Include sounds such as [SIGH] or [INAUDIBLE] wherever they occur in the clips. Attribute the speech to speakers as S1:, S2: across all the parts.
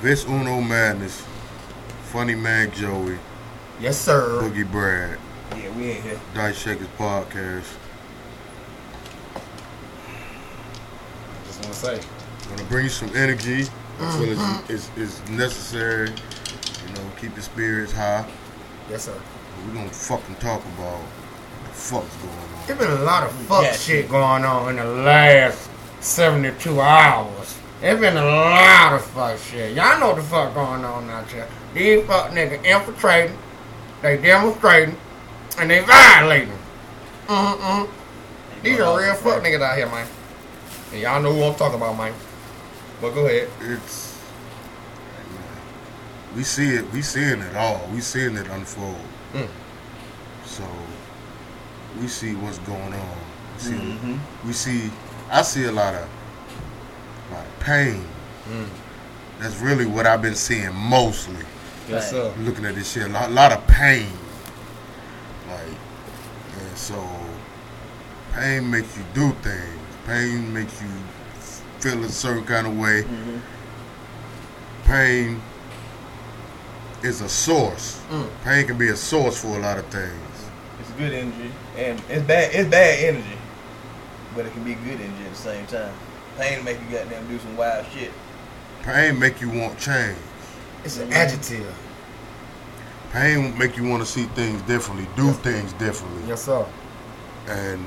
S1: Vince Uno Madness, Funny Mag Joey,
S2: Yes, sir.
S1: Boogie Brad,
S2: Yeah, we ain't here.
S1: Dice Shakers Podcast.
S3: Just want to say,
S1: Gonna bring you some energy as well as is, is necessary. You know, keep your spirits high.
S2: Yes, sir.
S1: We're gonna fucking talk about the fuck's going
S2: There's
S1: on.
S2: been a lot of fuck
S3: Yeah.
S2: shit going on in the last 72 hours. There's been a lot of fuck shit. Y'all know what the fuck going on out there. These fuck niggas infiltrating, they demonstrating, and they violating. Mm-mm. These are real fuck niggas out here, man. And y'all know who I'm talking about, man. But go ahead.
S1: It's we see it. We seeing it all. We seeing it unfold.
S2: Mm.
S1: So we see what's going on. We see,
S3: Mm-hmm.
S1: we see. I see a lot of, lot of pain. That's really what I've been seeing mostly.
S3: Yes, sir.
S1: looking at this shit, a lot, lot of pain. Like, and so pain makes you do things. Pain makes you feel a certain kind of way.
S3: Mm-hmm.
S1: Pain is a source.
S2: Mm.
S1: Pain can be a source for a lot of things.
S3: It's good energy, and it's bad. It's bad energy, but it can be good energy at the same time. Pain make you goddamn do some wild shit.
S1: Pain make you want change.
S2: It's an adjective.
S1: Pain make you want to see things differently, do things differently.
S2: Yes, sir.
S1: and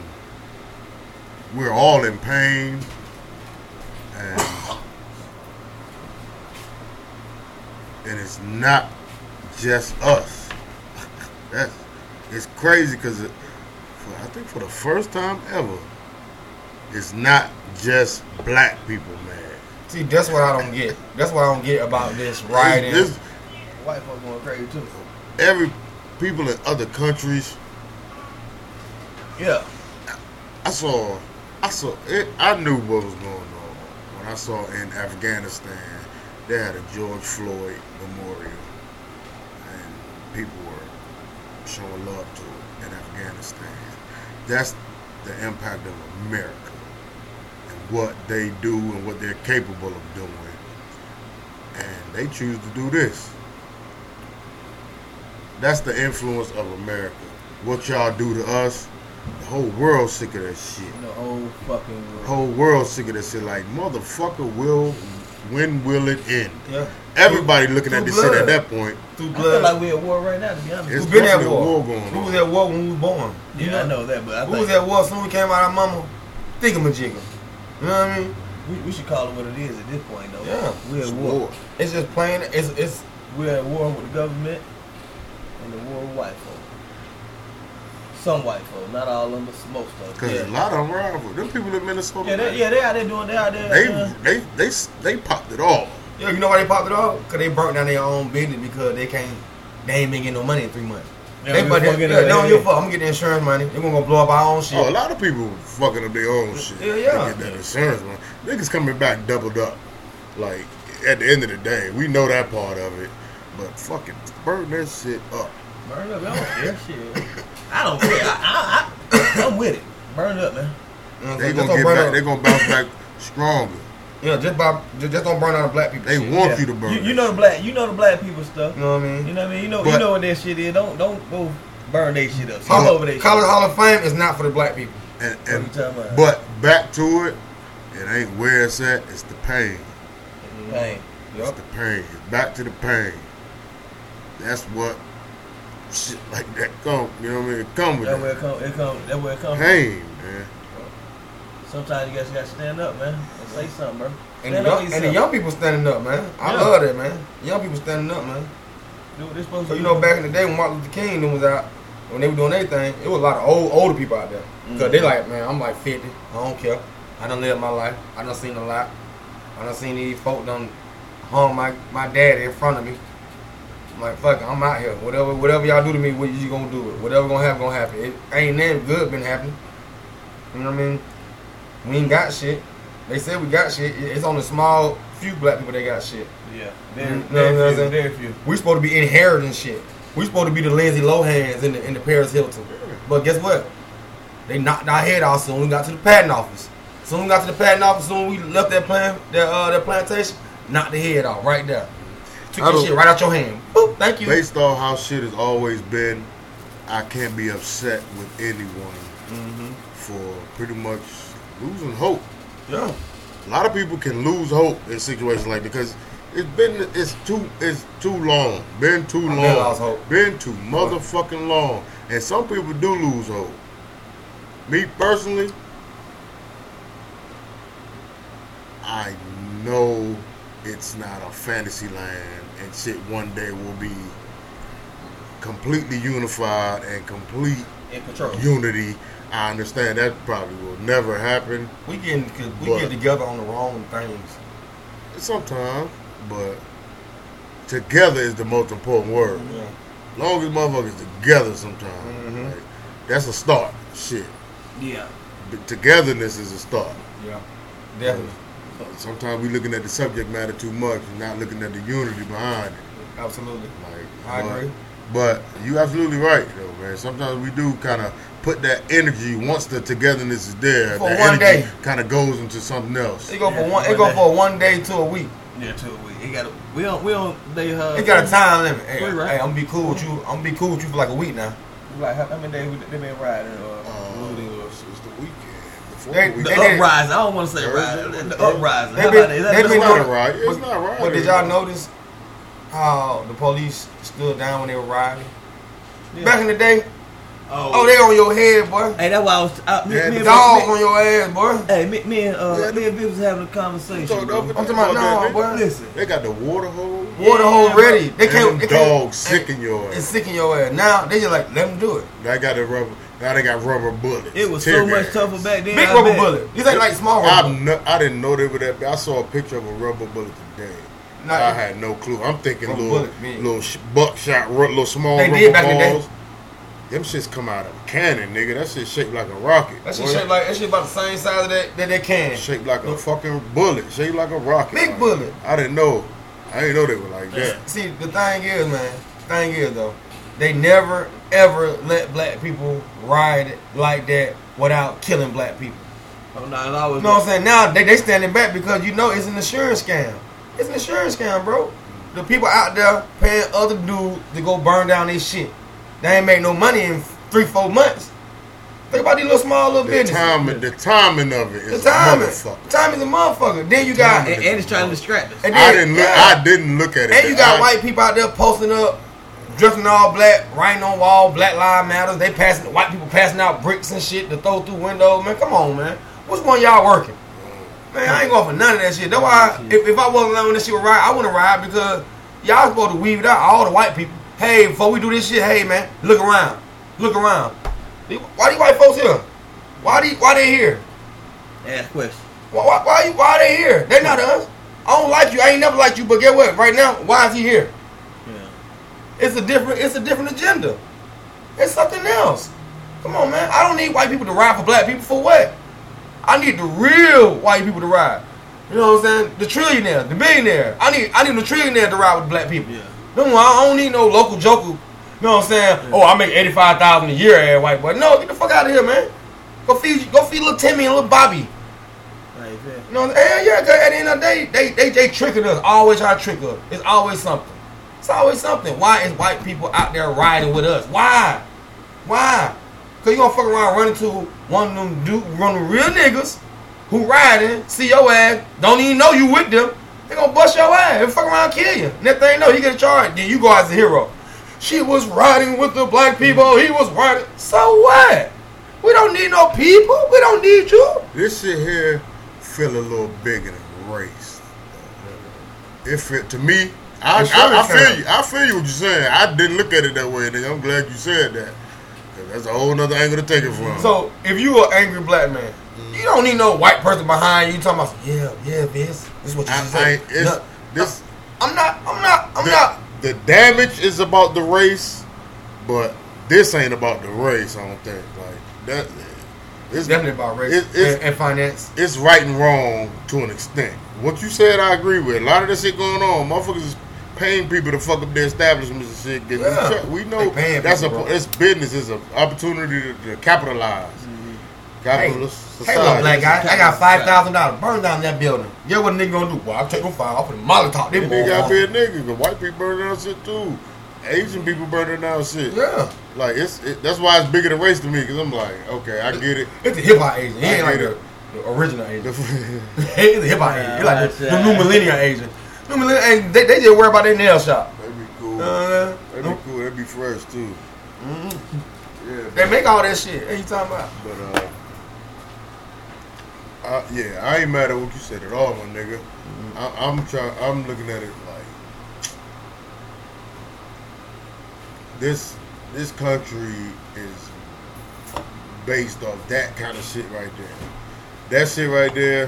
S1: we're all in pain and and it's not just us [LAUGHS] that's it's crazy because it, for, i think for the first time ever it's not just black people man
S2: See, that's what I don't get. That's what I don't get about this rioting.
S1: It's- it's
S3: White folks going crazy too.
S1: every people in other countries
S3: Yeah.
S1: I saw, I saw it. I knew what was going on when I saw in Afghanistan they had a George Floyd memorial, and people were showing love to it in Afghanistan. That's the impact of America and what they do and what they're capable of doing, and they choose to do this. That's the influence of America. What y'all do to us, the whole world sick of that shit.
S3: The whole fucking
S1: The
S3: world.
S1: whole world sick of that shit. Like motherfucker, will when will it end?
S2: yeah.
S1: Everybody looking at
S2: Through
S1: this shit at
S2: blood.
S1: that point.
S2: Through
S3: I feel
S2: blood.
S3: like we're at war right now. To be honest,
S1: It's
S2: Who been at
S1: definitely a
S2: war?
S1: war going
S2: Who
S1: on.
S2: was at war when we was born?
S3: yeah, I know that, but I
S2: Who
S3: think
S2: was at war soon we came out of our mama? Thingamajigger. You know what I mean?
S3: We, we should call it what it is at this point, though.
S2: Yeah.
S3: we're
S1: It's
S3: at war.
S1: war.
S2: It's just plain. It's it's
S3: We're at war with the government and the war with white folk. Some white folk, not all of them, but most of them.
S1: Cause a lot of them rival. Them people in Minnesota,
S3: Yeah, they, yeah, they out there doing, they out there.
S1: they,
S3: uh,
S1: they they they popped it off.
S2: yo. You know why they popped it off? Cause they burnt down their own business because they can't. They ain't been getting no money in three months.
S3: Yeah,
S2: they
S3: we
S2: but they,
S3: fucking-
S2: yeah, they don't
S3: yeah,
S2: give a
S3: yeah.
S2: fuck. I'm gonna get the insurance money. They gonna go blow up our own shit.
S1: Oh, a lot of people fucking up their own shit.
S2: Yeah, yeah.
S1: To get that insurance money. Niggas coming back doubled up. Like at the end of the day, we know that part of it. But fucking burn that shit up.
S3: burn up, y'all. Yeah, shit. I don't care. I, I, I, I'm with it. Burn it up, man.
S2: You know what I'm
S1: They
S2: saying?
S1: gonna
S2: Just
S1: get
S2: don't burn
S1: back.
S2: out-
S1: They gonna bounce back stronger.
S2: Yeah, just by just, just don't burn out the black people.
S1: They
S2: shit.
S1: want
S3: Yeah.
S1: you to burn.
S3: You,
S1: that
S3: know
S1: shit.
S3: the black, you know the black people stuff.
S2: You know what I mean?
S3: You know what I mean? You know, you
S1: But-
S3: know what that shit is. Don't, don't go burn that shit up. All
S2: Hall,
S3: over that shit.
S2: College Hall of Fame is not for the black people.
S1: And,
S3: What
S1: and
S3: you talking about?
S1: but back to it, it ain't where it's at. It's the pain.
S3: Hey,
S1: It's the pain. Back to the pain. That's what shit like that come. You know what I mean? It come with
S3: that where it
S1: that
S3: come, it come, that where it come. from.
S1: pain, man.
S3: Sometimes you guys gotta stand up, man, and say something, bro.
S2: And
S3: Stand
S2: the,
S3: up
S2: young,
S3: for
S2: and the
S3: yourself.
S2: young people standing up, man. I
S3: Yeah.
S2: love that, man. Young people standing up, man.
S3: do what they supposed
S2: So
S3: to
S2: you
S3: do.
S2: know, back in the day when Martin Luther King them was out, when they were doing their thing, it was a lot of old older people out there. Cause they like, man, I'm like 50. I don't care. I done lived my life. I done seen a lot. I done seen these folk done hung my my daddy in front of me. I'm like, fuck, it, I'm out here. Whatever whatever y'all do to me, what you gonna do it? Whatever gonna happen, gonna happen. It ain't nothing good been happening. You know what I mean? We ain't got shit. They said we got shit. It- It's only small few black people that got shit.
S3: Yeah,
S2: Mm,
S3: very,
S2: no, no,
S3: very
S2: no.
S3: few, very few.
S2: We supposed to be inheriting shit. We supposed to be the Lindsay Lohans and the, and the Paris Hilton. But guess what? They knocked our head off soon. We got to the patent office. Soon we got to the patent office. Soon we left that plan, that uh, that plantation. Knocked the head off right there. Took
S1: I
S2: your
S1: don't-
S2: shit right out your hand. Boop, thank you.
S1: Based on how shit has always been, I can't be upset with anyone
S3: Mm-hmm.
S1: for pretty much losing hope.
S2: Yeah.
S1: A lot of people can lose hope in situations like because it's been it's too it's too long, been too
S2: I
S1: long,
S2: did lose hope.
S1: been too motherfucking long, and some people do lose hope. Me personally, I know it's not a fantasy land, and shit one day will be completely unified and complete
S3: In control.
S1: unity. I understand that probably will never happen.
S2: We getting 'cause we
S1: But-
S2: get together on the wrong things.
S1: Sometimes, but together is the most important word.
S2: Yeah.
S1: Long as motherfuckers together, sometimes
S2: Mhm.
S1: like, that's a start. Shit,
S3: Yeah.
S1: But togetherness is a start.
S2: Yeah. Definitely.
S1: Sometimes we looking at the subject matter too much and not looking at the unity behind it.
S2: Absolutely.
S1: Like,
S2: I
S1: but-
S2: agree.
S1: But you absolutely right though, man. Sometimes we do kind of put that energy once the togetherness is there.
S2: For
S1: that
S2: one
S1: energy
S2: day.
S1: Kind of goes into something else.
S2: It go for one. It go for one day to a week.
S3: Yeah, two a week. It got a, we don't we don't they uh
S2: It got a time limit. Hey,
S3: Free, right?
S2: hey, I'm gonna be cool with you. I'm gonna be cool with you for like a week now.
S3: like how, how many days we, they been riding or
S1: Uh,
S3: looting
S1: it
S3: or
S1: was the weekend. Before
S2: They-
S1: the
S3: the
S1: weekend.
S2: they- did-
S3: uprising. I don't want to say riding. The uprising.
S2: They
S3: How
S2: been-
S3: about that? Is that
S2: they
S1: It's
S2: been
S1: not
S2: doing-
S1: a riot. It's not a riot.
S2: But did y'all notice how the police stood down when they were riding?
S3: Yeah.
S2: Back in the day,
S3: Oh,
S2: oh, they on your head, boy.
S3: Hey, that's why I was. I, me,
S1: Yeah,
S3: me,
S1: the
S3: and-
S2: Dogs
S3: me-
S2: on your ass, boy.
S3: Hey, me, me and uh,
S1: Yeah,
S3: me and Viv was having a conversation.
S1: So,
S3: bro.
S1: I'm
S2: talking about now, boy.
S3: Listen,
S1: They got the water hole.
S2: Water hole
S3: Yeah,
S2: ready. They
S1: They
S2: can't.
S1: them
S2: They can't.
S1: dogs sick in your
S2: It's
S1: ass.
S2: sick in your ass. Now they just like let them do it.
S1: Now they got the rubber. Now they got rubber bullets.
S3: it was
S1: tear
S3: so much
S1: gas.
S3: tougher back then.
S2: Big
S3: I
S2: rubber
S3: bet.
S2: bullet. These ain't like small rubber.
S1: I'm no, I didn't know they were that. bad. I saw a picture of a rubber bullet today.
S2: bullet.
S1: I
S2: Nah,
S1: had no clue. I'm thinking
S2: Rubber
S1: little
S2: bullet, man.
S1: little sh- buckshot, ru- little small
S2: They
S1: rubber
S2: did back in the day.
S1: balls. Them shits come out of a cannon, nigga. That shit shaped like a rocket.
S2: That shit
S1: boy.
S2: shaped like that shit about the same size of that that they can.
S1: shaped like a fucking bullet, shaped like a rocket.
S2: Big
S1: Like,
S2: bullet.
S1: I didn't know. I didn't know they were like that.
S2: See, the thing is, man. Thing is though, they never ever let black people ride like that without killing black people.
S3: Oh no, it always.
S2: You know what I'm saying? Now they, they standing back because you know it's an insurance scam. It's an insurance scam, bro. The people out there paying other dudes to go burn down this shit. They ain't make no money in three, four months. Think about these little small little
S1: The
S2: businesses.
S1: timing, the timing of it
S2: the
S1: is
S2: timing.
S1: a motherfucker.
S2: Time is a motherfucker. Then you got
S3: and, and it's trying to distract us.
S2: and
S1: I
S2: then-
S1: didn't look.
S2: yeah.
S1: I didn't look at it.
S2: And you got
S1: I-
S2: white people out there posting up, dressing all black, writing on wall, Black Lives Matters. They passing white people passing out bricks and shit to throw through windows. Man, come on, man. Which one y'all working? Man, I ain't going for none of that shit. That's why if, if I wasn't allowing this shit to ride, I wouldn't ride because y'all supposed to weed it out all the white people. Hey, before we do this shit, hey man, look around, look around. Why these white folks here? Why these? Why they here?
S3: Ask questions.
S2: Why, why, why, you- why they here? They not us. I don't like you. I ain't never liked you. But get what? Right now, why is he here?
S3: Yeah.
S2: It's a different. It's a different agenda. It's something else. Come on, man. I don't need white people to ride for black people for what? I need the real white people to ride. You know what I'm saying? The trillionaire, the millionaire. I need I need the trillionaire to ride with black people.
S3: Yeah.
S2: No, I don't need no local joker. You know what I'm saying? Oh, I make eighty five thousand a year, eh, white boy. No, get the fuck out of here, man. Go feed go feed little Timmy and little Bobby.
S3: Like that.
S2: You know, what I'm saying? yeah, yeah. 'cause At the end of the day, they they they tricking us. Always try to trick us. It's always something. It's always something. Why is white people out there riding with us? Why? Why? Cause you gonna fuck around running to one of them dude, one of them real niggas who riding, see your ass, don't even know you with them. They gonna bust your ass and fuck around, kill you. Next thing you know, you get charged. Then you go out as a hero. She was riding with the black people. He was riding. So what? We don't need no people. We don't need you.
S1: This shit here feel a little bigger than race. It feel to me. I,
S2: It's
S1: I, I
S2: your
S1: feel
S2: turn.
S1: you. I feel you what you're saying. I didn't look at it that way, nigga. I'm glad you said that. 'Cause that's a whole nother angle to take it from.
S2: So if you are an angry black man,
S1: Mm.
S2: you don't need no white person behind you talking about yeah, yeah, this. This is what you
S1: I,
S2: should
S1: I,
S2: say.
S1: it's,
S2: No,
S1: this
S2: I'm not. I'm not. I'm
S1: the,
S2: not.
S1: the damage is about the race, but this ain't about the race. I don't think like that. It's
S2: Definitely about race
S1: It- it's-
S2: and, and finance.
S1: it's right and wrong to an extent. What you said, I agree with. A lot of this shit going on, motherfuckers is paying people to fuck up their establishments and shit. 'cause we
S2: Yeah.
S1: check- we,
S2: They
S1: know
S2: paying
S1: that's
S2: people,
S1: a
S2: bro.
S1: it's business. It's an opportunity to, to capitalize. God
S2: Mm-hmm. Hey,
S1: bless
S2: Hey, look,
S1: society.
S2: black guy, I got five thousand dollars. Burn down that building. Yeah, what a nigga gonna do? Well, I'll take them five. I'll put a molotov. They
S1: That nigga gotta be a
S2: motherfucker.
S1: nigga. 'cause white people burning down shit too. Asian people burning down shit.
S2: Yeah,
S1: Like it's it, that's why it's bigger than race to me. Cause I'm like, okay, I get it. [LAUGHS]
S2: it's a hip hop Asian. He
S1: I
S2: ain't like
S1: get
S2: the, the original Asian.
S1: The-
S2: it's a hip hop Asian. [LAUGHS] He like the, the new
S3: Yeah.
S2: millennial Asian. New millennial Asian, they, they just worry about their nail shop.
S1: That'd be cool.
S2: Uh,
S1: That'd be cool. That'd be fresh too. Yeah.
S2: Mm-hmm. they make all that shit. What you talking about?
S1: But uh, I, yeah, I ain't mad at what you said at all, my nigga.
S2: Mm-hmm.
S1: I, I'm trying. I'm looking at it like this. This country is based off that kind of shit right there. That shit right there.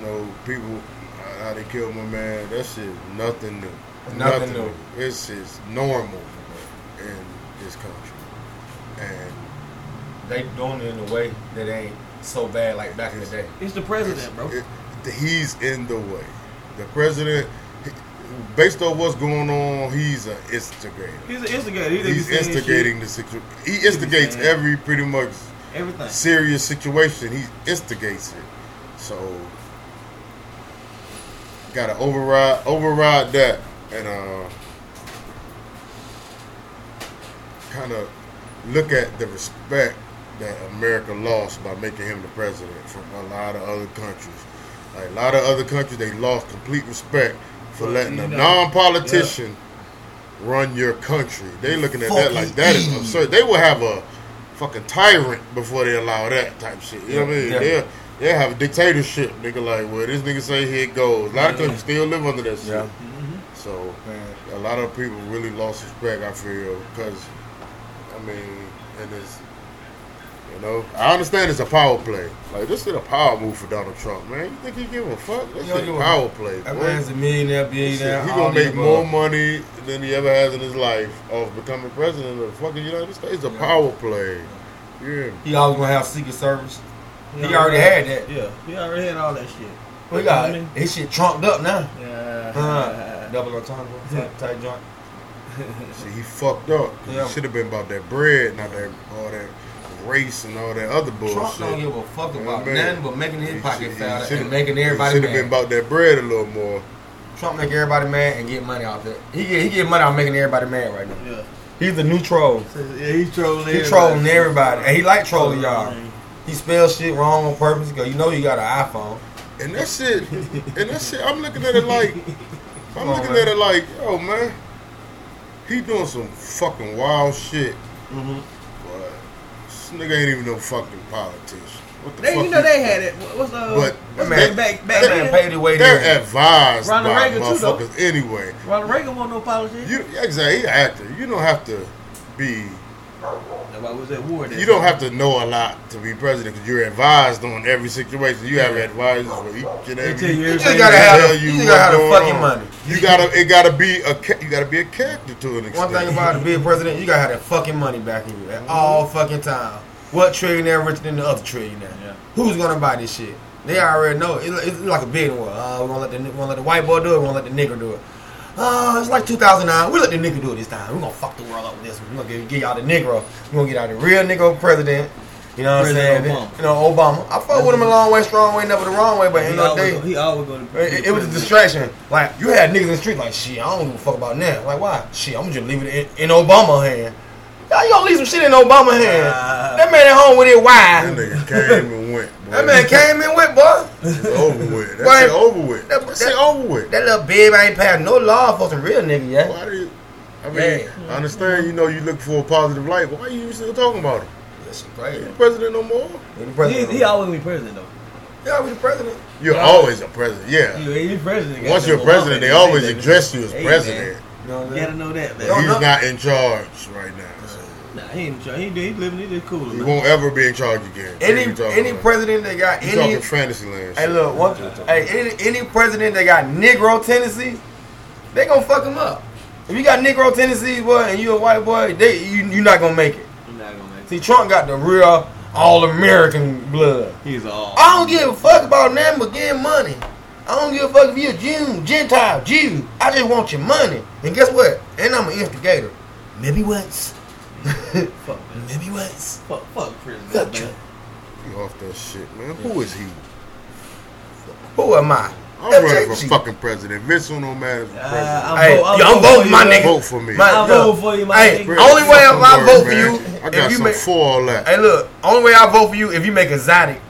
S1: You know, people how- how they killed my man. That shit is nothing new.
S2: Nothing new.
S1: It's just normal in this country, and
S2: They doing it in a way that ain't so bad like back in the day.
S3: It's the president, bro.
S1: It- he's in the way. The president, he- based on what's going on, he's an instigator.
S3: He's an instigator. He
S1: He's instigating the situation. He instigates
S3: saying that.
S1: every pretty much
S3: [LAUGHS] everything.
S1: serious situation. He instigates it. So, gotta override override that and uh, kind of look at the respect that America lost by making him the president from a lot of other countries. Like a lot of other countries, they lost complete respect for
S3: Well,
S1: letting
S3: you
S1: a
S3: know,
S1: non-politician run your country. They looking at that like that is
S2: Fucking
S1: absurd. Oh, They will have a fucking tyrant before they allow that type shit. You know what I mean?
S2: Yeah.
S1: They'll, they'll have a dictatorship, nigga. Like, well, this nigga say here it goes. A lot of
S3: Yeah.
S1: countries still live under that shit.
S2: Yeah.
S3: Mm-hmm.
S1: So
S2: Man.
S1: a lot of people really lost respect. I feel because, I mean, and it's you know I understand it's a power play. Like this is a power move for Donald Trump, man. You think he give a fuck? This
S2: He don't
S1: is a
S2: give a-
S1: power play.
S2: That
S1: boy.
S2: man's a millionaire,
S1: Shit,
S2: billionaire.
S1: he
S2: all
S1: gonna
S2: the
S1: make more
S2: above.
S1: money than he ever has in his life off becoming president of the fucking United States. It's a
S2: Yeah.
S1: power play. Yeah.
S2: He always gonna have Secret Service. He
S3: know,
S2: already had that.
S3: Yeah, he already had all that shit.
S2: We got
S3: You know what I mean?
S2: this shit trumped up
S1: [LAUGHS]
S2: now.
S3: Yeah.
S2: Uh, double entendre type, type joint.
S1: See, he fucked up.
S2: Yeah.
S1: He should have been about that bread, not that all that race and all that other [LAUGHS] bullshit.
S2: Trump don't give a fuck about
S1: Amen.
S2: nothing but making
S1: He
S2: his pocket
S1: should- he
S2: foul
S1: should've-
S2: and making everybody
S1: Should have been
S2: mad.
S1: about that bread a little more.
S2: Trump make everybody mad and get money off it. He get he get money off making everybody mad right now.
S3: yeah.
S2: He's the new troll.
S3: So, yeah, he's trolling.
S2: He trolling everybody and he like trolling y'all. He spells shit wrong on purpose because you know you got an iPhone.
S1: And that shit, and that shit, I'm looking at it like, I'm
S2: Come on,
S1: looking at
S2: man.
S1: it like, yo, man, he doing some fucking wild shit,
S2: Mm-hmm.
S1: but this nigga ain't even no fucking politician. What the
S3: They,
S1: fuck?
S3: you know,
S1: he-
S3: they had it. What- What's uh?
S1: But-
S3: what's
S2: Man,
S3: back back, back
S2: That man
S3: then?
S2: paid the way
S1: They're
S2: there.
S1: advised
S3: Ronald
S1: by
S3: Reagan too, though.
S1: motherfuckers anyway.
S3: Ronald Reagan was no politician.
S1: You exactly, he an actor. You don't have to be
S3: Nobody was at war. Then.
S1: You don't have to know a lot to be president because you're advised on every situation. You have advisors for each and
S3: They tell
S1: every.
S2: You
S3: you everything.
S2: just gotta
S1: They
S2: have
S1: tell
S2: the, you just
S1: what's
S2: gotta have the
S1: going
S2: fucking
S1: on.
S2: money.
S1: You gotta, it gotta be a, ca- you gotta be a character to an extent.
S2: One thing about it, being president, you gotta have that fucking money back in you at all fucking time. What trillionaire richer than the other trillionaire?
S3: Yeah.
S2: Who's gonna buy this shit? They already know. It's, it's like a big one. Uh, we're gonna let the ni- we're gonna let the white boy do it. We're gonna let the nigger do it. Uh, it's like 2009. We let the nigger do it this time. We're gonna fuck the world up with this. We're gonna get, get out the negro. We're gonna get out the real negro president. You know what I'm saying?
S3: President
S2: You know Obama. I fuck with him a long way, strong way, never the wrong way. But
S3: He
S2: ain't no
S3: always,
S2: day.
S3: he always going to.
S2: It, it- it was a distraction. Like you had niggas in the street, like shit. I don't give a fuck about that. Like why? Shit, I'm just leave it in, in Obama hand. Y'all, you gonna leave some shit in Obama hand?
S3: Ah.
S2: that man at home with it.
S1: That
S2: Why?
S1: nigga came and went. Boy.
S2: [LAUGHS] That man came in with boy.
S1: It's over with. That
S2: Why-
S1: shit over with.
S2: that-
S1: That, shit over with.
S2: That little babe ain't passed no law for some real nigga yet.
S1: Why do you? I mean,
S2: Man.
S1: I understand. You know, you look for a positive light. But why you still talking about him?
S2: That's crazy.
S1: You president no more?
S2: He the
S3: He,
S2: president.
S3: he always gonna be president though.
S2: yeah, we the president.
S1: You're
S3: Yeah.
S1: always a president. Yeah.
S3: He, he president.
S1: Once you're president, they always address you as president.
S2: You know what I'm
S3: You gotta
S2: saying?
S3: know that, man.
S2: Don't
S1: He's
S2: know-
S1: not in charge right now. So.
S3: Nah, he ain't in charge. He, he living. He just cool.
S1: He
S3: Man.
S1: won't ever be in charge again.
S2: Any
S1: What you talking
S2: any
S1: about?
S2: president that got
S1: You
S2: any
S1: talking fantasy land.
S2: hey look one hey any, any president that got Negro tendencies, they gonna fuck him up. If you got Negro tendencies, boy, and you a white boy, they you you not gonna make it.
S3: He not gonna make it.
S2: See, Trump got the real all American blood.
S3: He's all.
S2: I don't give a fuck about nothing but getting money. I don't give a fuck if you're Jew, Gentile, Jew. I just want your money. And guess what? And I'm an instigator. Maybe once. [LAUGHS]
S3: Fuck, man.
S2: Maybe once.
S3: Fuck, fuck president.
S2: Fuck
S3: man.
S2: Trump.
S1: You off that shit, man. Who is he?
S2: Who am I?
S1: I'm
S2: That's
S1: running
S2: it.
S1: for fucking president. Vince don't no matter for president.
S3: Uh,
S2: Hey,
S3: vote-
S2: yo, I'm voting my
S3: for you,
S2: nigga.
S1: Vote for me.
S2: My-
S3: I
S2: look,
S3: vote for you, my
S2: Hey,
S3: nigga.
S2: only way I
S1: Fucking
S2: I vote for
S1: man.
S2: you
S1: I got
S2: if you
S1: some
S2: make.
S1: for all that.
S2: Hey, look, only way I vote for you if you make exotic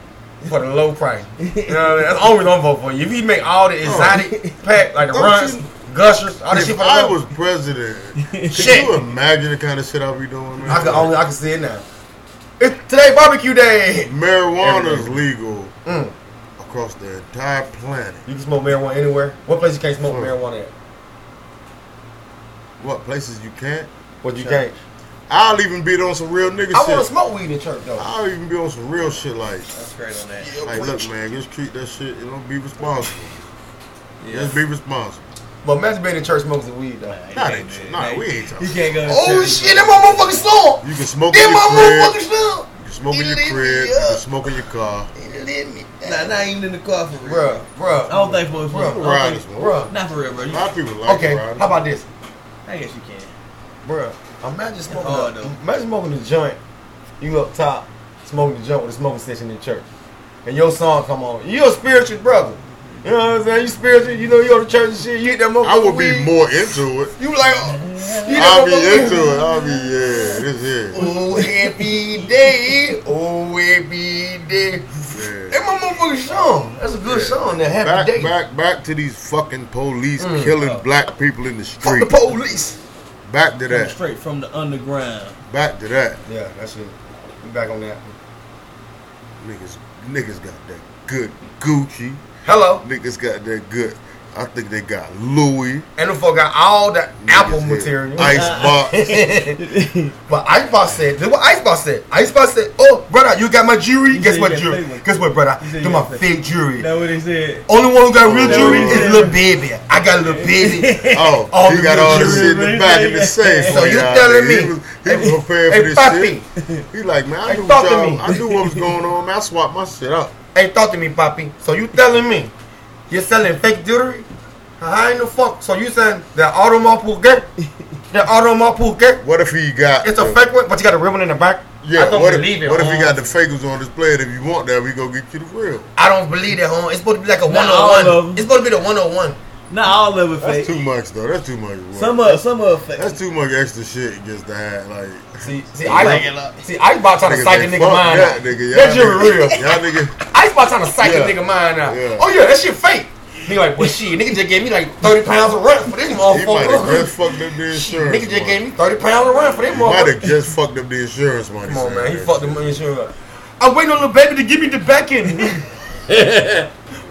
S2: for the low price. You know what I mean? That's the only reason I'm voting for you. If you make all the exotic
S1: [LAUGHS]
S2: pack like the
S1: Don't
S2: runs,
S1: you-
S2: gushers, all this shit
S1: If
S2: for the
S1: I
S2: low-
S1: was
S2: [LAUGHS]
S1: president, can
S2: Shit.
S1: you imagine the kind of shit I'll be doing, man?
S2: I can only I can see it now. It's today barbecue day.
S1: Marijuana is legal
S2: Mm.
S1: across the entire planet.
S2: You can smoke marijuana anywhere. What place you can't smoke
S1: Sure.
S2: marijuana at?
S1: What places you can't?
S2: What you
S3: Church.
S2: can't?
S1: I'll even be on some real nigga
S2: I want to
S1: shit.
S2: smoke weed in church though.
S1: I'll even be on some real shit like,
S3: That's great on that.
S1: hey, look, man, just treat that shit and don't be responsible.
S3: Yeah.
S1: Just be responsible.
S2: But imagine being in church smoking some weed though.
S3: Nah, you
S1: Not
S3: can't
S1: in
S3: do
S1: ch-
S3: it.
S1: nah,
S3: Nah,
S1: we ain't
S3: You
S1: talking.
S3: can't go. to
S2: Oh
S3: church.
S2: shit, that motherfucking song.
S1: You can smoke in
S2: That
S1: your
S2: my
S1: crib.
S2: motherfucking song.
S1: You can smoke in your
S2: It lit me
S1: crib. You can
S2: up.
S1: smoke in your car.
S2: It lit me Oh,
S3: Nah,
S2: up.
S3: not even in the car for real.
S2: Bruh,
S3: I
S2: bruh.
S3: don't think for
S2: Bruh,
S3: real.
S1: Ride this one.
S2: Bruh.
S3: Not for real, bro.
S1: A
S3: You,
S1: lot of people like
S2: Okay,
S1: riding.
S2: how about this?
S3: I guess you can.
S2: Bruh, imagine smoking.
S3: hard,
S2: a,
S3: though.
S2: imagine smoking the joint. You up top, smoking the joint with a smoking session in church, and your song come on. You a spiritual brother. You know what I'm saying? You spiritual. You know you go to church and shit. You hit that motherfucker.
S1: I would be
S2: weed.
S1: more into it.
S2: You like? oh, You
S1: I'll
S2: that
S1: be
S2: motherfucker-
S1: into it. I'll be yeah. This is
S2: Oh every day, oh every day.
S1: it.
S2: That
S1: Yeah.
S2: my motherfucking song. That's a good
S1: Yeah.
S2: song. That happy
S1: Back,
S2: day.
S1: back, back to these fucking police killing black people in the
S2: Mm. Fuck
S1: street.
S2: the police.
S1: back to that.
S3: Straight from the underground.
S2: Mm.
S1: Back to that.
S2: Yeah, that's it. We back on that.
S1: Niggas, niggas got that good Gucci.
S2: Hello.
S1: Niggas got that good. I think they got Louis.
S2: And the fuck got all the
S1: Niggas
S2: Apple
S1: hit
S2: material. [LAUGHS]
S1: Icebox.
S2: but Icebox said, this is what Icebox said. Icebox said, oh, brother, you got my jewelry?
S3: He
S2: Guess
S3: said
S2: what
S3: you got
S2: jewelry?
S3: fake one.
S2: Guess what, brother?
S3: He said
S2: Do
S3: you
S2: my
S3: got fake-
S2: fake jewelry.
S3: That's what they said.
S2: Only one who got real
S1: Oh,
S2: jewelry
S1: yeah.
S2: is Lil Baby. I got
S3: [LAUGHS]
S2: Lil Baby.
S1: Oh,
S2: All
S1: he
S2: the
S1: got
S2: good
S1: all the
S2: jewelry,
S1: shit in the
S3: man.
S1: back in the safe.
S2: [LAUGHS] So
S1: for
S2: you
S1: y'all,
S2: telling
S1: nigga.
S2: me-
S1: He was, he was prepared
S2: Hey,
S1: for this
S2: Papi.
S1: shit. He like, man, I
S2: Hey,
S1: knew,
S2: talk to
S1: what y'all,
S2: me.
S1: I knew what was going on, man. I swapped my shit up.
S2: hey, talk to me, Poppy. So you telling me you're selling fake jewelry? How in the fuck? So you saying that Audemars
S3: [LAUGHS]
S2: Piguet? that Audemars Piguet?
S1: What if he got
S2: It's a
S1: the-
S2: fake one, but you got a ribbon in the back?
S1: Yeah,
S2: I don't
S1: what
S2: believe
S1: if,
S2: it,
S1: what if he
S2: hon.
S1: got the fakers on display? And if you want that, we go get you the real.
S2: I don't believe that, home. It's supposed to be like a
S3: Not all of 'em.
S2: 101. It's supposed to be the 101.
S3: Not all of it
S1: That's
S3: fake.
S1: too much though. That's too much. Work.
S3: Some of some of it fake.
S1: That's too much extra shit just to have. Like,
S2: See, see,
S3: Like it
S2: I
S3: up.
S2: see, I about trying to
S1: niggas
S2: psych a
S1: ain't
S2: nigga
S1: fuck
S2: mind
S1: that
S2: out.
S1: nigga. Y'all
S2: That shit
S1: nigga-
S2: real.
S1: [LAUGHS] Y'all
S2: [LAUGHS]
S1: nigga,
S2: I about trying to psych
S1: Yeah.
S2: a nigga mind out.
S1: Yeah.
S2: Oh yeah, that shit fake. Nigga like,
S1: [LAUGHS]
S2: well shit, nigga just gave me like thirty pounds of rent for this
S1: he might have
S2: motherfucker.
S1: just fucked up the insurance.
S2: [LAUGHS] Nigga just gave
S1: money.
S2: me thirty pounds of rent for that
S1: Might
S2: motherfucker.
S1: have just fucked up the insurance money.
S2: Come on,
S1: saying
S2: man, he
S1: that
S2: fucked the
S1: shit.
S2: money sure up. I'm waiting on little baby to give me the
S1: [LAUGHS]
S2: back end.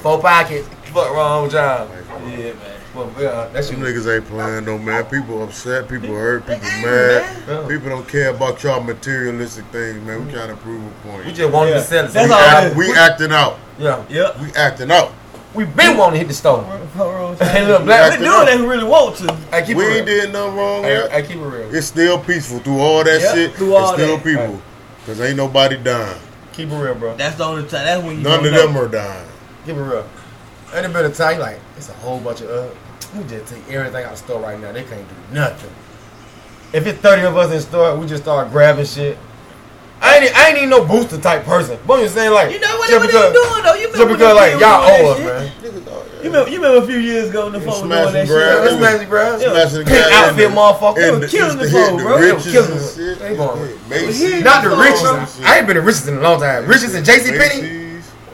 S2: Four pockets. Fuck wrong job.
S3: Yeah, man.
S2: Well, yeah, that shit.
S1: Them niggas ain't playing no man. People upset, people hurt, people
S3: angry,
S1: mad.
S2: man.
S1: People don't care about y'all materialistic things, man. We trying to prove a point.
S2: We just wanted
S3: Yeah.
S2: to sell it.
S3: That's
S1: we,
S3: all
S1: act-
S3: it is.
S1: we acting out.
S2: yeah,
S3: Yep.
S1: We acting out.
S2: we been wanting to hit the store.
S3: What the fuck [LAUGHS] wrong with
S2: Hey,
S3: that?
S2: look, black.
S3: We doing that who really want to.
S2: I keep
S1: we
S2: it real.
S1: ain't did nothing wrong. man.
S2: I, I keep it real.
S1: It's still peaceful through all that
S3: Yep,
S1: shit.
S3: through all
S1: it's still
S3: that.
S1: people. Cause ain't nobody dying.
S2: Keep it real, bro.
S3: That's the only time. That's when you.
S1: None
S3: don't
S1: of
S3: know.
S1: them are dying.
S2: Keep it real. Ain't a bit of time, like, it's a whole bunch of, uh, we just take everything out of the store right now. They can't do nothing. If it's 30 of us in the store, we just start grabbing shit. I ain't, I ain't even no booster type person. But I'm just saying, like,
S3: You know what?
S2: just
S3: What
S2: because,
S3: they were doing though? You remember
S2: just
S3: when
S2: because,
S3: the
S2: like,
S3: kids
S2: y'all
S3: doing that
S2: owe us,
S3: shit?
S2: man.
S3: You remember, you remember a few years ago when the
S1: Yeah,
S3: phone was
S1: smash
S3: doing that
S1: and
S3: shit?
S1: grab.
S2: Yeah,
S1: That's
S2: That's
S1: mad.
S3: That's
S2: magic,
S1: Yeah.
S2: bro.
S1: Smashing the
S2: Pink
S1: guy
S2: outfit,
S1: in the-
S2: motherfucker.
S1: And
S3: were
S1: the,
S3: killing
S1: the,
S3: the
S1: hit
S3: folk,
S1: the
S3: bro. They were
S1: riches
S2: killing
S1: and
S2: them.
S1: shit.
S2: They going-
S1: Macy's.
S2: Not the
S3: Oh,
S2: riches. I ain't been to riches in a long time. Riches and JC Penney.
S1: Macy's.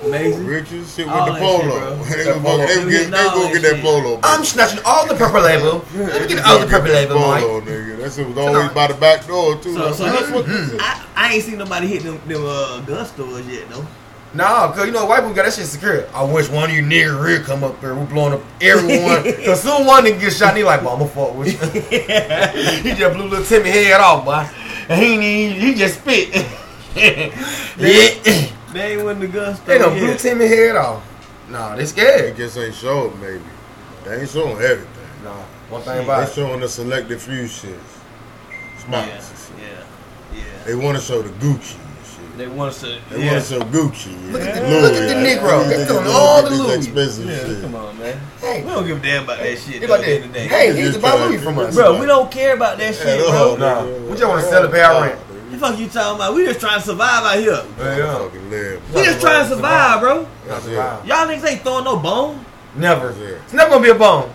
S3: amazing.
S1: Riches. Shit with
S3: All
S1: the
S3: that
S1: polo.
S3: shit, bro.
S1: They gonna get-
S2: That
S3: polo.
S1: they gonna get that
S3: Nah,
S1: polo. baby.
S2: I'm snatching all the purple label. Let me get all the
S1: They gonna
S2: purple
S1: get
S2: label,
S1: that
S2: Mike.
S1: polo, nigga. That's it was always by the back door too.
S3: So,
S1: Like,
S3: so
S1: what the
S3: this,
S1: fuck
S2: Mm-hmm.
S1: is this?
S3: I, I ain't seen nobody hit them, them uh, gun stores yet though.
S2: Nah, cause you know white people got that shit secure. I wish one of you niggas real come up here. We blowing up everyone. cause soon one nigga get shot, and he like, "Boy, I'ma fuck with you." [LAUGHS] he just blew little Timmy head off, boy, and he ain't even, he just spit. [LAUGHS] yeah,
S3: They ain't went to the gun store
S2: they done blew
S3: yet.
S2: Timmy head off. Nah, they
S1: They
S2: scared.
S1: just ain't showing maybe. They ain't showing everything.
S2: Nah, one thing
S1: They
S2: about it,
S1: showing the selected few shits. Spots.
S3: Yeah, yeah, yeah.
S1: They want to show the Gucci and shit.
S3: They want to.
S1: They
S3: yeah.
S1: want to show Gucci.
S2: Look
S1: yeah.
S2: at
S3: the-
S1: Louis,
S3: look at the
S1: yeah.
S2: Negro.
S1: They
S2: They
S1: don't
S2: doing all
S1: get
S2: the
S1: this
S2: Louis.
S1: Expensive
S3: Yeah,
S1: shit.
S3: come on, man.
S2: hey,
S3: We don't give a damn about that shit.
S2: It's
S3: though,
S2: like
S3: at the end of
S2: that.
S3: the day.
S2: Hey,
S1: They
S2: he's
S1: just
S2: about
S1: trying
S2: Louis
S1: to-
S2: from us.
S3: bro, we don't care about that shit, bro.
S2: Nah, we just wanna sell the barrel.
S3: The fuck you talking about? We just trying to survive out here.
S2: Yeah, yeah.
S1: Fucking live.
S3: We just trying to survive, bro.
S1: That's it.
S2: Survive.
S3: Y'all niggas ain't throwing no bone.
S2: Never.
S1: Yeah.
S2: It's never gonna be a bone.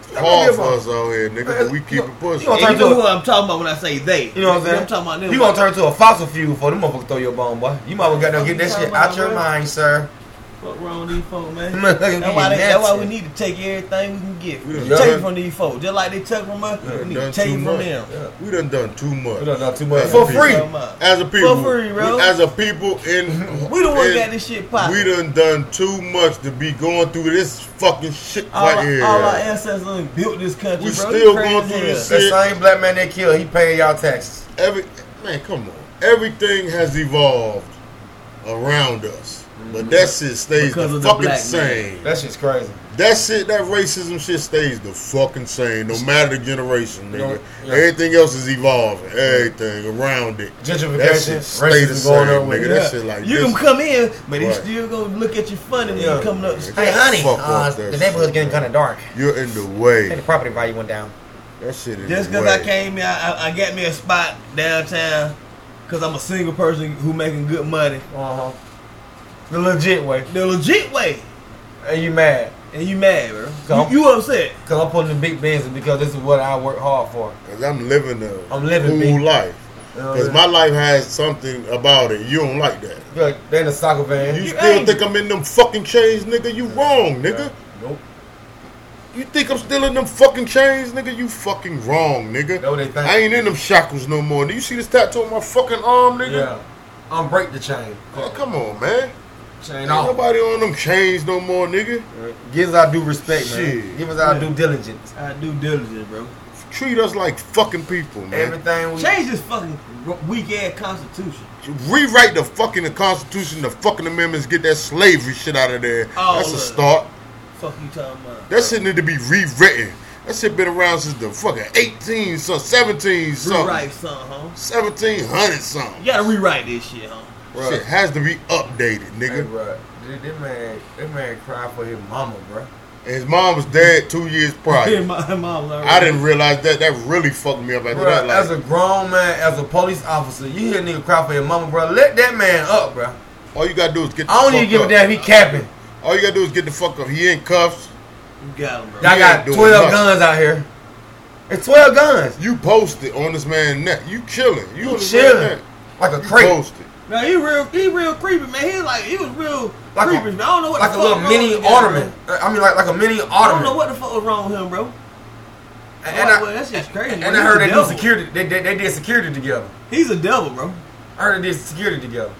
S2: It's never gonna
S1: Hard
S2: be a
S1: for us
S2: bone.
S1: out here, nigga, but we keep it pushing.
S2: You gonna
S3: And
S2: turn
S3: you know
S2: to
S3: who
S2: a-
S3: I'm talking about when I say they.
S2: You know what I'm saying?
S3: I'm talking about them.
S2: You gonna turn to a fossil fuel for them motherfuckers throw your bone, boy. You might as well goddamn get that shit out your mind, sir. [LAUGHS]
S3: Fuck wrong with these folks, man.
S2: That's
S3: That's why, they, that's why we need to take everything we can get.
S1: We done
S3: Take it
S2: done-
S3: from these folks, just like they took from us.
S1: We done
S3: We need
S1: done
S3: to take
S1: too
S3: it from
S1: much.
S3: them.
S1: We done done too much.
S2: We done done too much.
S1: As a
S2: For
S1: people.
S2: free.
S3: Come on.
S1: As a people,
S3: free, bro.
S1: we- as a people in,
S3: [LAUGHS] We the ones
S1: in-
S3: got this shit popping.
S1: We done done too much to be going through this fucking shit
S3: all,
S1: right
S3: our-
S1: here.
S3: all our ancestors done built this country.
S1: We
S3: bro.
S1: still
S3: You crazy
S1: going through
S3: as
S1: this
S3: hell.
S1: shit.
S2: The same black man that killed, he paying y'all taxes.
S1: Every man, come on. Everything has evolved around us, but that shit stays
S3: Because
S1: the
S3: of the
S1: fucking
S3: black man.
S1: same.
S2: That shit's crazy.
S1: That shit, that racism shit stays the fucking same, no matter the generation,
S2: You know,
S1: nigga.
S2: yeah.
S1: Everything else is evolving, everything around it. That
S2: Gentrification,
S1: shit stays the
S2: racism going
S1: same,
S2: on with
S1: nigga.
S2: it.
S1: That shit like
S3: you
S1: this.
S3: can come in, but they
S1: Right.
S3: still gonna look at you funny when
S2: Yeah.
S3: you coming up the
S2: Hey,
S3: stairs.
S2: honey,
S1: Fuck
S2: uh,
S1: off that
S2: the neighborhood's
S1: shit,
S2: getting
S1: man.
S2: kind of dark.
S1: You're in the
S2: And the
S1: way.
S2: property value went down.
S1: That shit in
S3: Just
S1: the way.
S3: because I came here, I, I- I got me a spot downtown because I'm a single person who making good money.
S2: Uh huh. The legit way.
S3: The legit way.
S2: And you mad?
S3: And you mad, bro.
S2: Come.
S3: You, you upset.
S2: Cause I'm putting the big business because this is what I work hard for.
S1: Cause I'm living a
S2: I'm living,
S1: cool
S2: B.
S1: life.
S2: You know what
S1: Cause
S2: I'm
S1: my life has something about it. You don't like that.
S2: saying? Look, they in the soccer van.
S1: You
S3: You
S1: still
S3: angry.
S1: think I'm in them fucking chains, nigga? You wrong, nigga.
S2: Nope.
S1: You think I'm still in them fucking chains, nigga? You fucking wrong, nigga.
S2: Know what they think.
S1: I ain't in them shackles no more. Do you see this tattoo on my fucking arm, nigga?
S2: Yeah. I'm break the chain.
S1: Man, come on, man.
S2: Chain
S1: Ain't
S2: off.
S1: nobody on them chains no more, nigga.
S2: Give us our due respect, man.
S1: Shit.
S2: Give us our
S3: Yeah.
S2: due diligence.
S3: I do diligence, bro.
S1: Treat us like fucking people, man.
S2: Everything we
S3: Change this fucking weak ass constitution.
S1: Rewrite the fucking the Constitution, the fucking amendments, get that slavery shit out of there.
S3: Oh,
S1: That's a
S3: look.
S1: start.
S3: Fuck you talking about?
S1: That shit need to be rewritten. That shit been around since the fucking 18 something, 17 something,
S3: Rewrite something, huh?
S1: 1700 something.
S3: You gotta rewrite this shit, huh?
S2: Right.
S1: Shit has to be updated,
S2: Hey,
S1: nigga.
S2: bro, this, this man, this man cried for his mama, bro.
S1: And his mom was dead two years
S2: [LAUGHS]
S1: prior.
S3: [LAUGHS] my mom,
S1: I didn't realize that. That really fucked me up after
S2: Bro,
S1: that.
S2: as
S1: Like,
S2: a grown man, as a police officer, you hear a nigga cry for his mama, bro. Let that man up, bro.
S1: all you gotta do is get. The
S2: I don't
S1: fuck
S2: even give a
S1: up.
S2: damn. He capping.
S1: All you gotta do is get the fuck up. He in cuffs.
S3: You got him, bro.
S2: Y'all
S1: ain't
S2: got
S1: doing
S2: twelve
S1: nothing.
S2: guns out here. It's twelve guns.
S1: You posted on this man's neck. You chilling. You,
S2: You
S1: on this
S2: chilling.
S1: man's neck.
S2: Like a
S1: You
S2: crate.
S1: posted.
S3: Now he real, he real creepy, man. He like he was real
S2: Like a-
S3: creepy. man. I don't know what
S2: Like
S3: the
S2: a
S3: fuck
S2: little
S3: wrong
S2: mini
S3: with that,
S2: ornament.
S3: bro.
S2: I mean, like like a mini
S3: I don't know
S2: ornament.
S3: what the fuck was wrong with him, bro.
S2: And,
S3: And
S2: and
S3: like,
S2: I,
S3: well, that's just crazy.
S2: and
S3: bro.
S2: I
S3: He's
S2: heard
S3: a
S2: they do
S3: devil.
S2: security. They, they, they did security together.
S3: He's a devil, bro.
S2: I heard they did security together.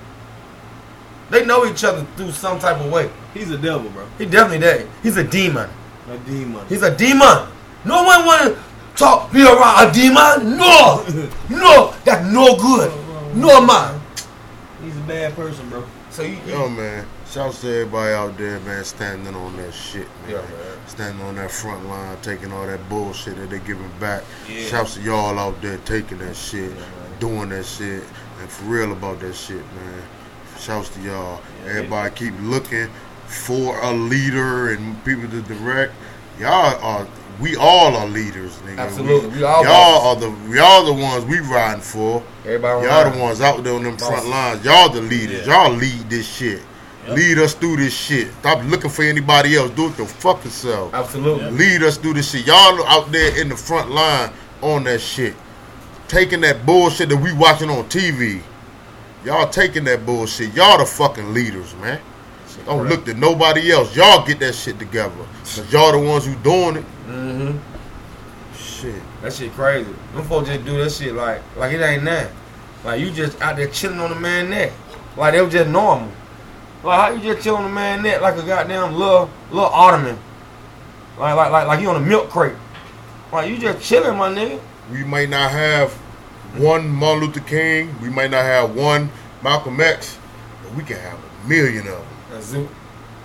S2: They know each other through some type of way.
S3: He's a devil, bro.
S2: He definitely did. He's a demon.
S3: A demon.
S2: He's a demon. No one want to talk be around a demon. No, [LAUGHS] no, that's no good. No man.
S3: He's a bad person, bro.
S2: So you,
S1: Yo, man. Shouts to everybody out there, man, standing on that shit, man.
S2: Yeah, man.
S1: Standing on that front line, taking all that bullshit that they giving back.
S3: Yeah.
S1: Shouts to y'all out there taking that shit, doing that shit, and for real about that shit, man. Shouts to y'all.
S3: Yeah.
S1: everybody keep looking for a leader and people to direct. Y'all are, we all are leaders, nigga.
S2: Absolutely.
S1: We,
S2: We all
S1: y'all are the, y'all the ones we riding for.
S2: everybody,
S1: Y'all the ones out there on them front
S2: Bosses.
S1: lines. Y'all the leaders.
S3: Yeah.
S1: Y'all lead this shit.
S3: Yep.
S1: Lead us through this shit. Stop looking for anybody else. Do it to fuck yourself.
S2: Absolutely.
S1: Lead us through this shit. Y'all out there in the front line on that shit. Taking that bullshit that we watching on TV. Y'all taking that bullshit. Y'all the fucking leaders, man. Don't look to nobody else. Y'all get that shit together. Cause y'all the ones who doing it.
S2: Mm-hmm.
S1: Shit.
S2: That shit crazy. Them folks just do that shit like like it ain't nothing. Like you just out there chilling on the man neck. Like they was just normal. Like how you just chilling on the man neck like a goddamn little little ottoman. Like like like like you on a milk crate. Like you just chilling, my nigga.
S1: We might not have one Martin Luther King. We might not have one Malcolm X. But we can have a million of them.
S2: That's it.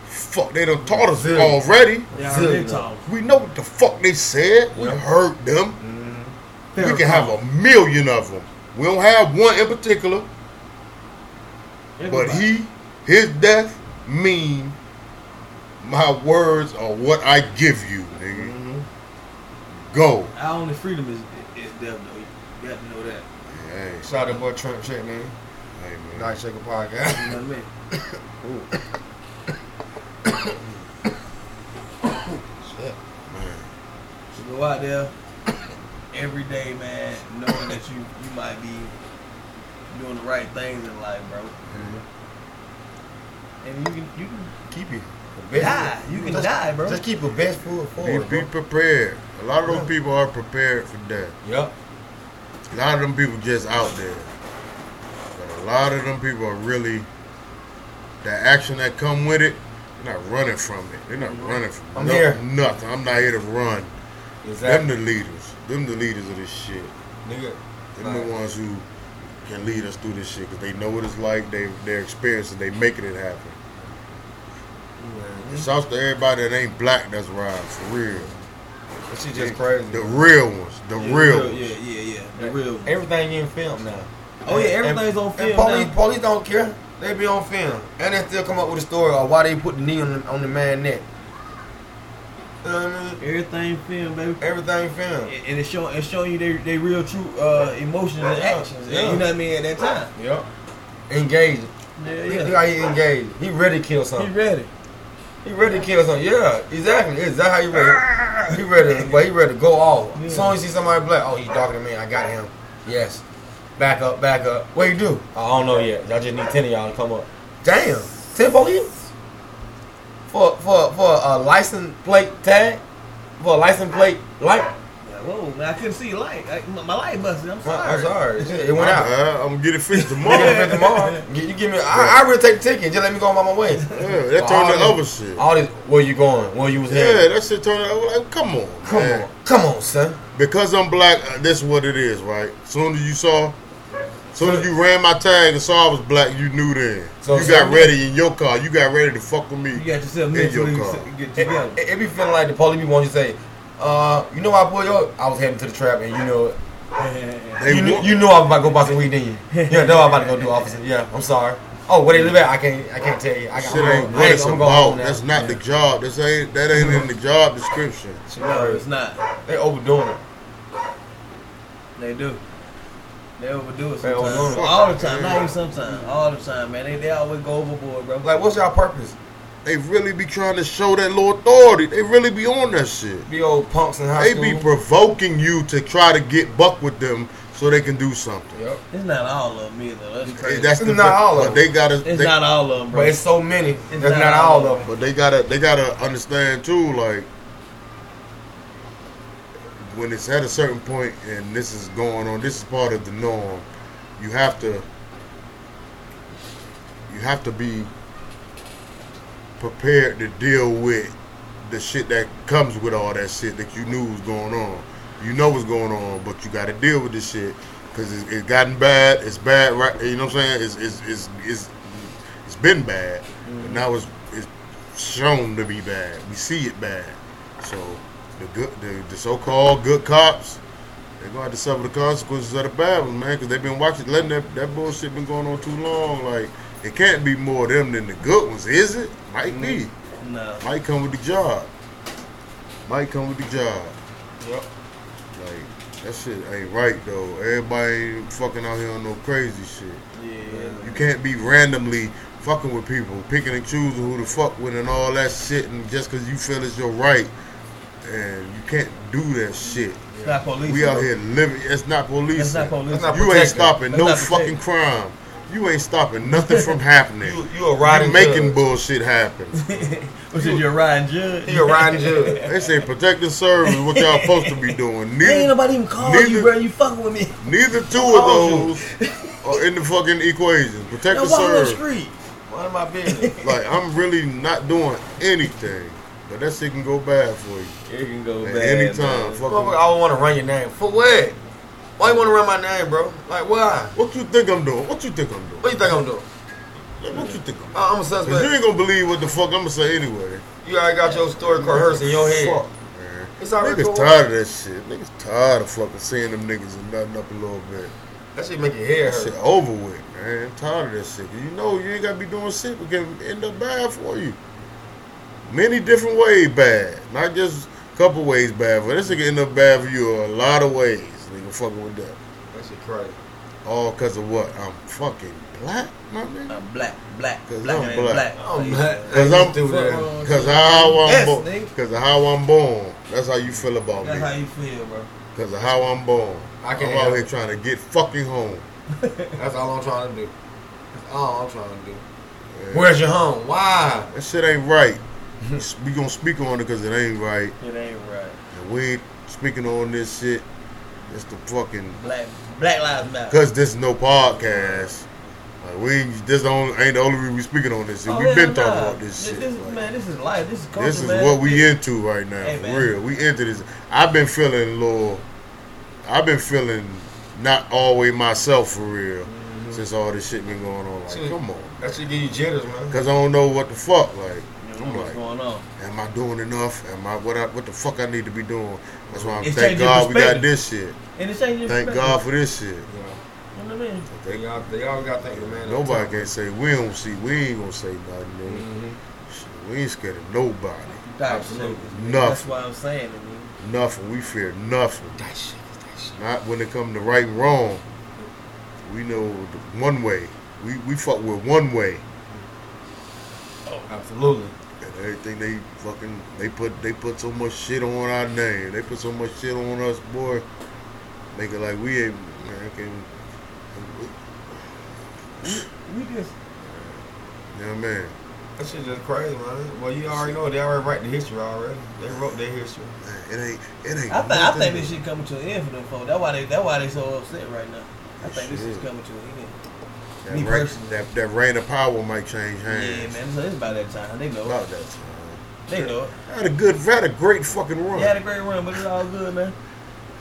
S1: Fuck, they done taught us
S2: Zillion.
S1: already.
S3: Yeah,
S2: I heard
S3: real
S2: that.
S3: talk.
S1: We know what the fuck they said. We
S2: Yeah.
S1: heard them.
S2: Mhm.
S1: we can have a million of them. We don't have one in particular, but he, his death mean my words are what I give you, nigga. Go.
S2: Mm-hmm.
S3: Our only freedom is is death, though. You got to know that.
S1: Yeah, Hey,
S2: Shout out to boy Trent Check, man.
S1: hey, man.
S2: Night Shaker Podcast.
S3: You know what I mean? [COUGHS]
S1: Man,
S3: So go out there [COUGHS] every day, man, knowing that you you might be doing the right things in life, bro.
S2: Mm-hmm.
S3: And you can you can
S2: Keep it.
S3: die. You can die, bro.
S4: Just keep your best foot forward.
S1: be, be
S4: bro.
S1: prepared. A lot of those people are prepared for death.
S2: Yep.
S1: A lot of them people just out there. But a lot of them people are really the action that come with it. They're not running from it. They're not running from
S2: Mm-hmm. I'm here.
S1: nothing. I'm not here to run. Them
S2: Exactly.
S1: the leaders. Them the leaders of this shit.
S2: Nigga.
S1: Them the
S2: Right.
S1: ones who can lead us through this shit because they know what it's like. They they're experiencing. They making it happen.
S2: Man, Mm-hmm.
S1: And Shouts to everybody that ain't black that's riding for real.
S2: This shit just crazy.
S1: The real ones. The
S3: Yeah,
S1: real. ones.
S3: Yeah, yeah, yeah. The real.
S2: Everything in film now.
S3: Oh yeah,
S2: And-
S3: everything's on
S2: And
S3: film
S2: police,
S3: now.
S2: police don't care. They be on film, and they still come up with a story of why they put the knee on the, on the man's neck. You know what I mean?
S3: Everything film, baby.
S2: Everything film.
S3: And and it's showing it's showing you they they real true uh, emotions and
S2: Yeah.
S3: actions.
S2: Yeah.
S3: You know what I mean? At that time.
S2: Yep. Engaged.
S3: Yeah,
S2: He,
S3: yeah.
S2: how he engaged. He ready to kill
S3: He
S2: something.
S3: ready.
S2: He ready to kill something. Yeah, exactly. Exactly how you ready. He ready, but he ready to go off.
S3: Yeah.
S2: As soon as you see somebody black, oh, he darker than me. I got him. Yes. Back up, back up. What you do? I don't know yet. I just need ten of y'all to come up. Damn, ten police for for for a license plate tag for a license plate light.
S3: Like, whoa, man, I couldn't see light. I, my, my light busted. I'm sorry.
S2: I'm sorry, it
S1: My
S2: went out.
S1: bad. I'm gonna get it fixed
S2: You give me
S1: tomorrow.
S2: fifty tomorrow. You you give me. I, I really take the ticket. Just let me go on my way.
S1: Yeah, that
S2: All
S1: turned to
S2: this-
S1: other shit.
S2: All this. Where you going? Where you was
S1: Yeah,
S2: headed?
S1: that shit turned out. Like, come on,
S2: Come
S1: man.
S2: on, come on, son.
S1: Because I'm black, uh, this is what it is, right? Soon as you saw, soon as you ran my tag and saw I was black, you knew then.
S2: So-
S1: you got
S2: so-
S1: ready in your car. You got ready to fuck with me.
S3: You got yourself
S1: In your
S3: mentally
S1: car.
S3: set- get
S2: It, [LAUGHS]
S3: together.
S2: it- it be feeling like the police be wanting you to say, uh, you know why I pulled you up? I was heading to the trap and you know it.
S1: They
S2: you, knew,
S1: want-
S2: you knew I was about to go buy some weed, didn't you? Yeah, no, I'm about to go do officer. Yeah, I'm sorry. Oh, where they live at? I can't, I can't tell you. I got,
S1: shit
S2: I'm,
S1: ain't
S2: going-
S1: what
S2: I
S1: it's
S2: ain't, I'm going home
S1: about.
S2: now. Mm-hmm.
S1: That's not the job. This ain't that ain't in the job description.
S3: No, it's not.
S2: They overdoing it.
S3: They do. They overdo it
S2: They
S3: sometimes.
S2: overdoing it.
S3: All the time. Not even sometimes. All the time, man. They, they always go overboard, bro.
S2: Like, what's y'all purpose?
S1: They really be trying to show that little authority. They really be on that shit.
S2: Be old punks in high
S1: They
S2: school.
S1: be provoking you to try to get buck with them so they can do something.
S2: Yep.
S3: it's not all of them either. That's crazy.
S1: That's the
S2: Not all of
S1: but
S2: them.
S1: they gotta
S3: it's
S1: they,
S3: not all of them, bro.
S2: But it's so many. That's
S3: not
S2: not,
S3: all
S2: all
S3: of
S2: of them.
S1: But they gotta they gotta understand too, like when it's at a certain point and this is going on, this is part of the norm. You have to you have to be prepared to deal with the shit that comes with all that shit that you knew was going on. You know what's going on, but you got to deal with this shit because it's, it's gotten bad. It's bad, right? You know what I'm saying? It's it's it's it's, it's been bad, but now it's it's shown to be bad. We see it bad. So the good, the, the so-called good cops, they're gonna have to suffer the consequences of the bad ones, man. Because they've been watching, letting that that bullshit been going on too long. Like it can't be more of them than the good ones, is it? Might be.
S3: Mm-hmm. no.
S1: Might come with the job. Might come with the job.
S2: Yep.
S1: Like that shit ain't right though. Everybody ain't fucking out here on no crazy shit.
S3: Yeah.
S1: You can't be randomly fucking with people, picking and choosing who to fuck with and all that shit, and just because you feel it's your right, and you can't do that shit.
S3: It's not police.
S1: We out here living. It's not
S3: It's
S1: police.
S3: not police.
S2: That's not
S1: You ain't
S2: protected.
S1: stopping
S3: That's
S1: no
S3: not
S1: fucking
S3: protected.
S1: crime. You ain't stopping nothing
S3: [LAUGHS]
S1: from happening.
S2: You, you
S1: You
S2: a riding
S1: making
S2: judge.
S1: bullshit happen.
S3: Which is your riding
S2: [LAUGHS]
S3: judge.
S2: You a riding judge.
S1: They say protecting service, what y'all supposed to be doing.
S3: Hey, [LAUGHS] ain't
S1: Neither,
S3: nobody even call
S1: neither-
S3: you, bro. You fucking with me.
S1: neither two
S2: Told you.
S1: of those are in the fucking equation.
S3: Now
S1: Protecting
S3: walk on the
S1: service.
S3: street.
S2: One of my
S1: [LAUGHS]
S2: business.
S1: Like, I'm really not doing anything. But that shit can go bad for you.
S3: It can go
S1: At
S3: bad,
S1: any time.
S3: man.
S1: Fucking,
S2: Motherfucker, I want to run your name. For what? Why you want to run my name, bro? Like, why?
S1: what you think I'm doing? What you think I'm doing?
S2: What you think I'm doing?
S1: Like, what you think I'm doing?
S2: I- I'm a
S1: 'Cause you
S2: suspect.
S1: ain't gonna believe what the fuck I'm gonna say anyway.
S2: You already got your story rehearsed in your head.
S1: Fuck, man.
S2: It's already
S1: Niggas
S2: cool.
S1: tired of that shit. Niggas tired of fucking seeing them niggas and nothing up a little bit.
S2: That shit make your head
S1: That shit
S2: hurt.
S1: over with, man. I'm tired of that shit. You know you ain't gotta be doing shit but can end up bad for you. Many different ways bad. Not just a couple ways bad for this shit can end up bad for you a lot of ways, nigga fucking with that.
S2: That shit crazy.
S1: All because of what? I'm fucking black, my man.
S3: I'm black, black,
S1: 'Cause
S3: black,
S1: I'm
S3: and
S1: black.
S3: black.
S2: I'm
S3: Like,
S2: black.
S1: Cause
S2: I
S1: I'm
S2: do that.
S1: Cause how I'm
S3: Yes,
S1: born.
S3: nigga.
S1: Cause of how I'm born. That's how you feel about
S3: That's how
S1: me.
S3: you feel, bro.
S1: Cause of how I'm born.
S2: I can't
S1: I'm out
S2: help
S1: here
S2: it.
S1: trying to get fucking home.
S2: That's all I'm trying to do. That's all I'm trying to do.
S1: Yeah.
S2: Where's your home? Why?
S1: That shit ain't right. we gonna speak on it cause it ain't right.
S3: It ain't right.
S1: And we ain't speaking on this shit. It's the fucking
S3: Black, Black Lives Matter.
S1: cause this no podcast. Like we ain't, this the only, ain't the only reason we speaking on this shit.
S3: Oh,
S1: We've
S3: hell
S1: been
S3: nah.
S1: talking about this shit.
S3: This, is
S1: like,
S3: man, this is life. This is culture,
S1: this is
S3: man.
S1: what we into right now,
S3: Hey,
S1: for
S3: man.
S1: real. We into this. I've been feeling a little. I've been feeling not always myself for real
S3: Mm-hmm.
S1: since all this shit been going on. Like,
S2: Shit.
S1: come on,
S2: That should give you jitters, man.
S1: because I don't know what the fuck. Like,
S3: You know,
S1: I'm
S3: what's
S1: like,
S3: going on?
S1: am I doing enough? Am I what? I, what the fuck I need to be doing? That's why I'm
S3: It's
S1: thank
S3: changing
S1: God we got
S3: perspective.
S1: this shit.
S3: And it's changing. [LAUGHS]
S1: Thank
S3: perspective.
S1: God for this shit.
S2: You know,
S3: You know what I mean?
S2: they got they always got to think the man. up
S1: Nobody can say we don't see. We ain't gonna say nothing.
S2: top.
S1: nigga.
S2: Mhm.
S3: Mm-hmm.
S1: Shit, We ain't scared of nobody.
S2: Absolutely.
S3: Absolutely. That's
S1: Nothing.
S3: why I'm saying it. man.
S1: Nothing. We fear nothing.
S2: That shit. That shit.
S1: Not when it come to right and wrong. We know the one way. We we fuck with one way,
S2: Absolutely.
S1: and everything they fucking they put they put so much shit on our name. They put so much shit on us, boy. Make it like we ain't man, can, you
S3: We just
S1: know what I mean?
S2: That shit just crazy, man. Well, you already know they already write the history already. They wrote their history.
S1: Man, it ain't it ain't.
S3: I think I
S1: nothing
S3: think this shit coming to an end for them folks. That's why they that's why they so upset right now. I
S1: It
S3: think this
S1: should.
S3: is coming to an end.
S1: that,
S3: me
S1: reign-
S3: personally.
S1: that that reign of power might change hands.
S3: Yeah, man. So it's about that time. They know.
S1: About
S3: it.
S1: that time.
S3: They know. it.
S1: I had a good, had a great fucking run.
S3: You had a great run, but it's all good, man.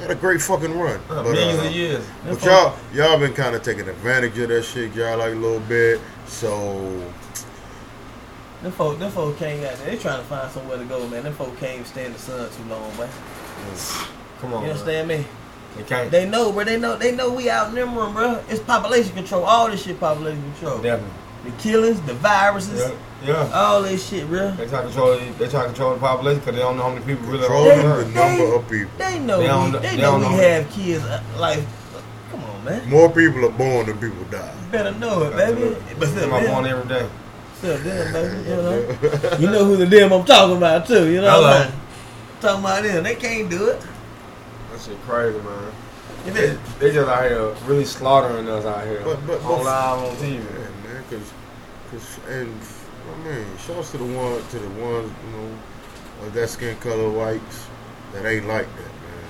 S1: had a great fucking run.
S2: Uh,
S1: But,
S2: millions
S1: uh,
S2: of years.
S3: Them
S1: But
S3: folks-
S1: y'all, y'all been kind of taking advantage of that shit, y'all like a little bit. So
S3: Them folk, them folk can't got They trying to find somewhere to go, man. Them folk can't even stay in the sun too long, man.
S2: Come
S3: You
S2: on, man.
S3: understand me?
S2: They can't.
S3: They know, bro. They know. They know we outnumbering, bro. It's population control. All this shit, population control.
S2: Definitely.
S3: The killings, the viruses,
S2: Yeah. yeah.
S3: all this shit, bro.
S2: They try to control. They try to control the population because they don't know how many people really
S1: control
S2: are on
S1: the
S2: Earth.
S1: number of people.
S3: They know.
S2: They don't
S3: we,
S2: know-
S3: they
S2: they
S3: know
S2: don't
S3: we
S2: know.
S3: have kids. Uh, like, come on, man.
S1: More people are born than people die.
S3: You better know it, baby.
S2: Absolutely.
S3: But
S2: Them
S3: still,
S2: I born
S3: then,
S2: every day.
S3: still then, baby. You know. You know who the damn I'm talking about too. You know what I'm
S2: Hello.
S3: talking about them. They can't do it.
S2: That shit crazy, man.
S3: If
S2: They,
S3: it-
S2: they just out here really slaughtering us out here.
S1: But- but- but-
S2: on live on TV.
S1: Yeah, man, cause, cause, and I mean, shouts to the one, to the ones, you know, of that skin color whites that ain't like that, man.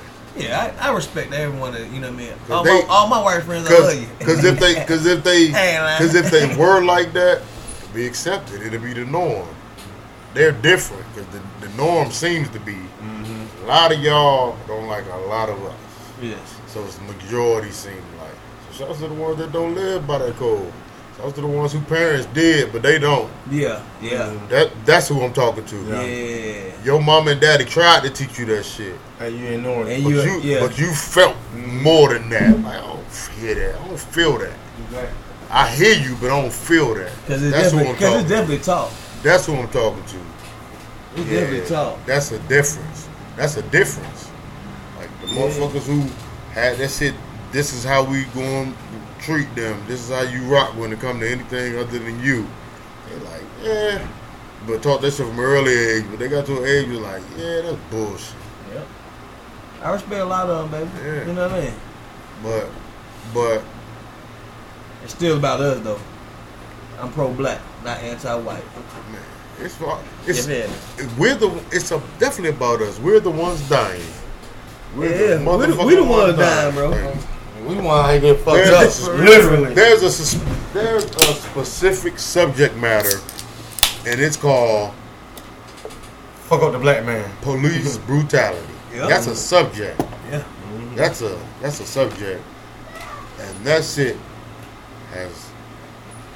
S3: Yeah, I, I respect everyone. That, you know what I mean.
S1: 'Cause
S3: All,
S1: they-
S3: my, all my white friends, I love
S1: Cause,
S3: you.
S1: 'cause
S3: [LAUGHS]
S1: if they, cause if they,
S3: Hey, man.
S1: cause if they were like that, it'd be accepted. It'd be the norm. They're different, cause the, the norm seems to be
S2: Mm-hmm.
S1: a lot of y'all don't like a lot of us.
S3: yes.
S1: So it's the majority seem like. So shouts to the ones that don't live by that code. Shouts to the ones who parents did, but they don't.
S3: Yeah. Yeah.
S1: That that's who I'm talking to.
S3: Yeah.
S2: Yeah.
S1: Your mom and daddy tried to teach you that shit,
S2: Hey, you ain't knowing.
S3: And
S1: but you,
S3: You- yeah.
S1: but you felt more than that. Like I don't hear that. I don't feel that.
S2: Exactly.
S1: I hear you, but I don't feel that.
S3: Cause it's
S1: that's who
S3: definitely,
S1: I'm
S3: cause
S1: talking.
S3: it's definitely talk.
S1: that's who I'm talking to.
S3: It's
S1: Yeah,
S3: definitely talk.
S1: That's a difference. That's a difference. Like the
S3: Yeah.
S1: motherfuckers who had that shit. This is how we going to treat them. This is how you rock when it come to anything other than you. They like, yeah. But taught that shit from an early age. But they got to an age you're like, yeah, that's bullshit.
S3: Yep. I respect a lot of them, baby.
S1: Yeah.
S3: You know what I mean.
S1: But, but
S3: It's still about us though. I'm pro-black, not anti-white.
S1: man, it's fu- it's
S3: If it-
S1: we're the it's a, definitely about us. We're the ones dying.
S3: Yeah, we the- we the
S1: motherfucking
S3: ones dying, bro.
S1: man.
S2: We the one ain't getting fucked
S1: Yeah,
S2: up.
S1: that's real.
S2: Literally.
S1: There's a sus- there's a specific subject matter, and it's called
S2: Fuck up the black man.
S1: police brutality.
S3: Yeah.
S1: That's a subject. Mm-hmm.
S3: Yeah.
S1: That's a that's a subject, and that shit has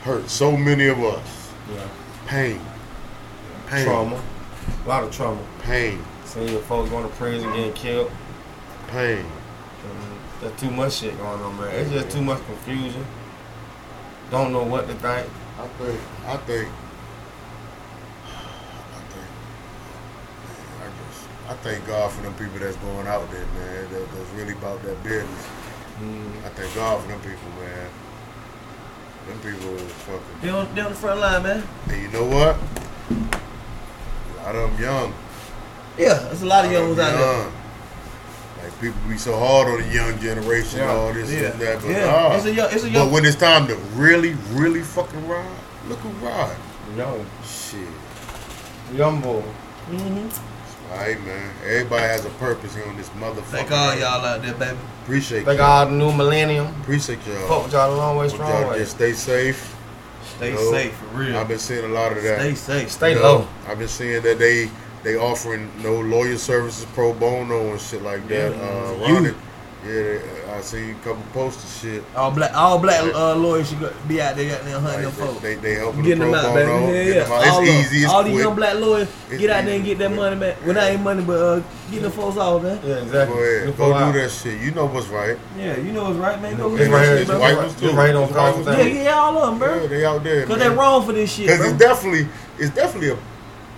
S1: hurt so many of us.
S2: Yeah.
S1: Pain, pain,
S2: Trauma. A lot of trauma.
S1: pain,
S2: Seeing your folks going to prison getting killed.
S1: pain.
S2: Mhm. There's too much shit going on, man. It's just too much confusion. Don't know what to think.
S1: I think I think [SIGHS] I think man, I just I thank God for them people that's going out there, man. That, that's really about that business.
S2: Mm.
S1: I thank God for them people, man. Them people is fucking.
S3: They on, they on the front line, man.
S1: And you know what? A lot of them young.
S3: Yeah, there's a lot of young ones out there.
S1: young. Like people be so hard on the young generation, and
S2: Yeah.
S1: all this and that, but
S3: yeah.
S1: nah.
S3: It's a young, it's a
S1: But
S3: young.
S1: when it's time to really, really fucking ride, look who ride.
S2: Young,
S1: Shit.
S2: young boy.
S3: mm-hmm.
S1: Alright, man. Everybody has a purpose here on this motherfucker.
S3: Thank all y'all out there, baby.
S1: Appreciate
S2: They
S1: y'all.
S2: got new millennium.
S1: Appreciate
S2: Fuck
S1: y'all.
S2: with y'all a long way,
S1: Hope
S2: strong
S1: y'all
S2: way.
S1: just stay safe.
S3: Stay
S1: No.
S3: safe, for real.
S1: I've been seeing a lot of that.
S3: Stay safe.
S2: Stay
S1: You know,
S2: low.
S1: I've been seeing that they they offering no lawyer services pro bono and shit like that.
S3: Yeah,
S1: uh,
S3: you.
S1: around it. Yeah, I see a couple posters shit.
S3: All black, all black uh, lawyers should go- be out there goddamn hunting them
S1: Like,
S3: folks.
S1: they, they helping
S3: Getting
S1: the
S3: them
S1: pro
S3: out,
S1: bono.
S3: baby.
S1: getting
S3: Yeah,
S1: them out.
S3: yeah. All,
S1: It's
S3: of-
S1: easy. It's
S3: all
S1: quick.
S3: these young black lawyers,
S1: It's
S3: get out there and
S1: easy,
S3: get that
S1: quick.
S3: money back. Well, not even money, but uh, get the folks off, man.
S2: Yeah, exactly.
S1: Go ahead.
S2: Look
S1: Go
S2: for a while.
S1: do that shit. You know what's right.
S3: Yeah, you know what's right, man. Go
S2: It's
S3: get
S2: right
S3: that
S2: here.
S3: shit,
S2: It's
S3: bro.
S2: right- it's right on Cross
S3: Yeah, yeah, all of them, bro.
S1: Yeah, they out there.
S3: Cause they wrong for this shit,
S1: Because it's
S3: bro.
S1: definitely it's definitely a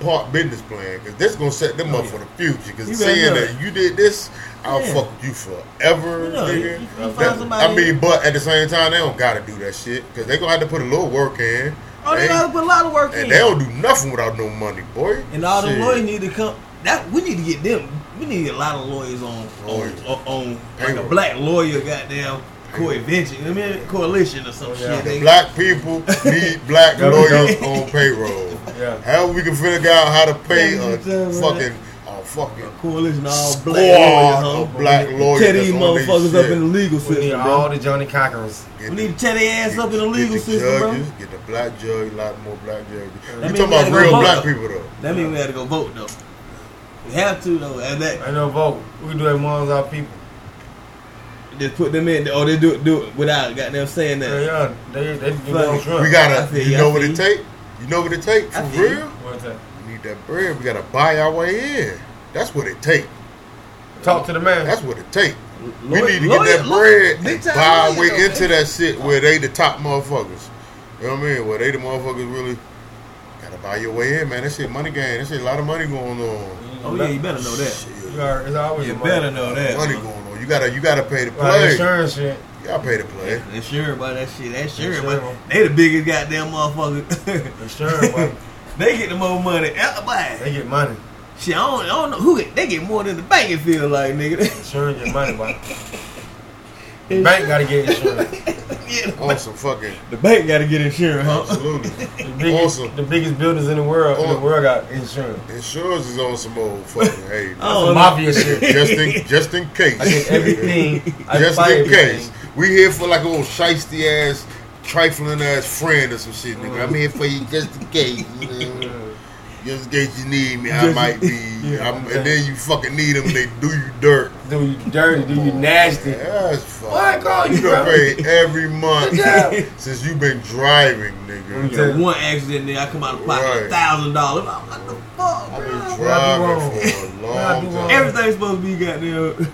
S1: part business plan. Because this gonna set them up for the future.
S3: Oh, You
S1: Because
S3: better
S1: saying
S3: know.
S1: that you did this, I'll
S3: Yeah.
S1: fuck with you forever.
S3: You know, you-
S1: nigga.
S3: you- you find
S1: That- I
S3: somebody-
S1: mean, but at the same time, they don't gotta do that shit. Because they gonna have to put a little work in.
S3: Oh, they
S1: They-
S3: gotta put a lot of work in.
S1: and they don't do nothing without no money, boy.
S3: And all the
S1: Shit.
S3: lawyers need to come. That we need to get them. We need a lot of lawyers on on,
S1: Lawyers.
S3: on, on like a
S1: Payroll.
S3: black lawyer, goddamn coalition. I mean, coalition or some
S2: Oh, yeah.
S3: shit.
S1: The
S3: nigga.
S1: black
S3: [LAUGHS]
S1: people need black
S2: Gotta
S1: lawyers on payroll.
S2: Yeah.
S1: How we can figure out how to pay
S3: Yeah,
S1: a
S3: you tell me.
S1: fucking a fucking
S3: coalition all
S1: squad
S3: black lawyers.
S1: of
S3: huh?
S1: black lawyers.
S3: Tear
S1: that's
S3: these
S1: on they
S3: motherfuckers up
S1: shit.
S3: in the legal
S2: We need
S3: system,
S2: all
S3: bro.
S2: the Johnny Cockers.
S1: Get
S3: We
S1: the-
S3: need to tear their ass up in the legal
S1: get the
S3: system, bro.
S1: judges, Get the black judge, a lot more black judges.
S3: That
S1: you talking
S3: means we
S1: about
S3: gotta
S1: real
S3: vote,
S1: black
S3: though.
S1: people though.
S3: That means we had to go vote though. We have to though, and that
S2: Ain't no vote. We do that amongst our people.
S3: just put them in, or they do it, do it without goddamn saying
S2: Yeah,
S3: that.
S2: yeah. They they do
S3: Fuck.
S2: on Trump.
S1: We
S3: I
S1: gotta,
S3: feel
S1: you
S3: you,
S1: know
S3: I
S1: what it
S3: feel you.
S1: take. You know what it take for
S3: I feel you.
S1: real.
S2: What's that?
S1: We need that bread. We gotta buy our way in. That's what it take.
S2: Talk to the man.
S1: That's what it take. We
S3: Lawyer-
S1: need to
S3: lawyer-
S1: get that
S3: lawyer-
S1: bread
S3: big
S1: and
S3: time
S1: buy our
S3: lawyer,
S1: way
S3: though,
S1: into
S3: man.
S1: that shit where they the top motherfuckers. You know what I mean? Where they the motherfuckers really gotta buy your way in, man. That shit money game. That shit a lot of money going on.
S3: Oh yeah, you better know that.
S1: Shit.
S2: Mm-hmm. You are- it's always
S3: You
S2: a
S3: better know that.
S1: Money
S3: bro.
S1: going on. You gotta, you gotta pay to
S2: Like
S1: play. You
S2: insurance shit.
S1: gotta pay to play.
S3: That's sure about that shit. That's
S2: They
S3: sure,
S2: sure,
S3: but
S2: bro.
S3: they the biggest goddamn motherfucker. [LAUGHS]
S2: Insurance, bro.
S3: they get the more money. Everybody.
S2: They get money.
S3: Shit, I don't, I don't know who get, they get more than the bank. It feel like nigga. [LAUGHS]
S2: Insurance get money, bro. The bank gotta get insurance.
S3: yeah,
S1: On some fucking
S3: the bank got to get insurance, huh?
S1: absolutely.
S2: [LAUGHS] The biggest,
S1: Awesome.
S2: the biggest buildings in the world, in
S1: Oh.
S2: the world got insurance.
S1: Insurance is on some old fucking
S2: [LAUGHS]
S1: hey.
S3: Oh.
S2: Some mafia shit.
S1: Just in just in case.
S2: I get everything.
S1: [LAUGHS]
S2: I
S1: just
S2: buy
S1: in
S2: everything.
S1: case. We here for like a old shisty ass, trifling ass friend or some shit, nigga. I'm here for you just in case. you know.
S2: [LAUGHS]
S1: Just in case you need me, I
S3: Just-
S1: might be.
S2: Yeah.
S1: I'm, and then you fucking need them, they do you dirt.
S2: Do you dirty? Do [LAUGHS] you nasty?
S1: That's fuck.
S2: Why I call you,
S1: done
S2: bro?
S1: paid
S2: [LAUGHS]
S1: every month
S2: Yeah.
S1: since you been driving,
S2: I'm
S1: nigga.
S2: telling
S3: Yeah, one accident, nigga, I come out of pocket a
S1: Right.
S3: thousand dollars. I'm like, what the
S1: I've
S3: fuck,
S1: been
S3: bro?
S2: dri- wrong?
S1: driving for a
S2: What I do
S1: long
S2: wrong?
S1: time.
S3: Everything's supposed to be goddamn.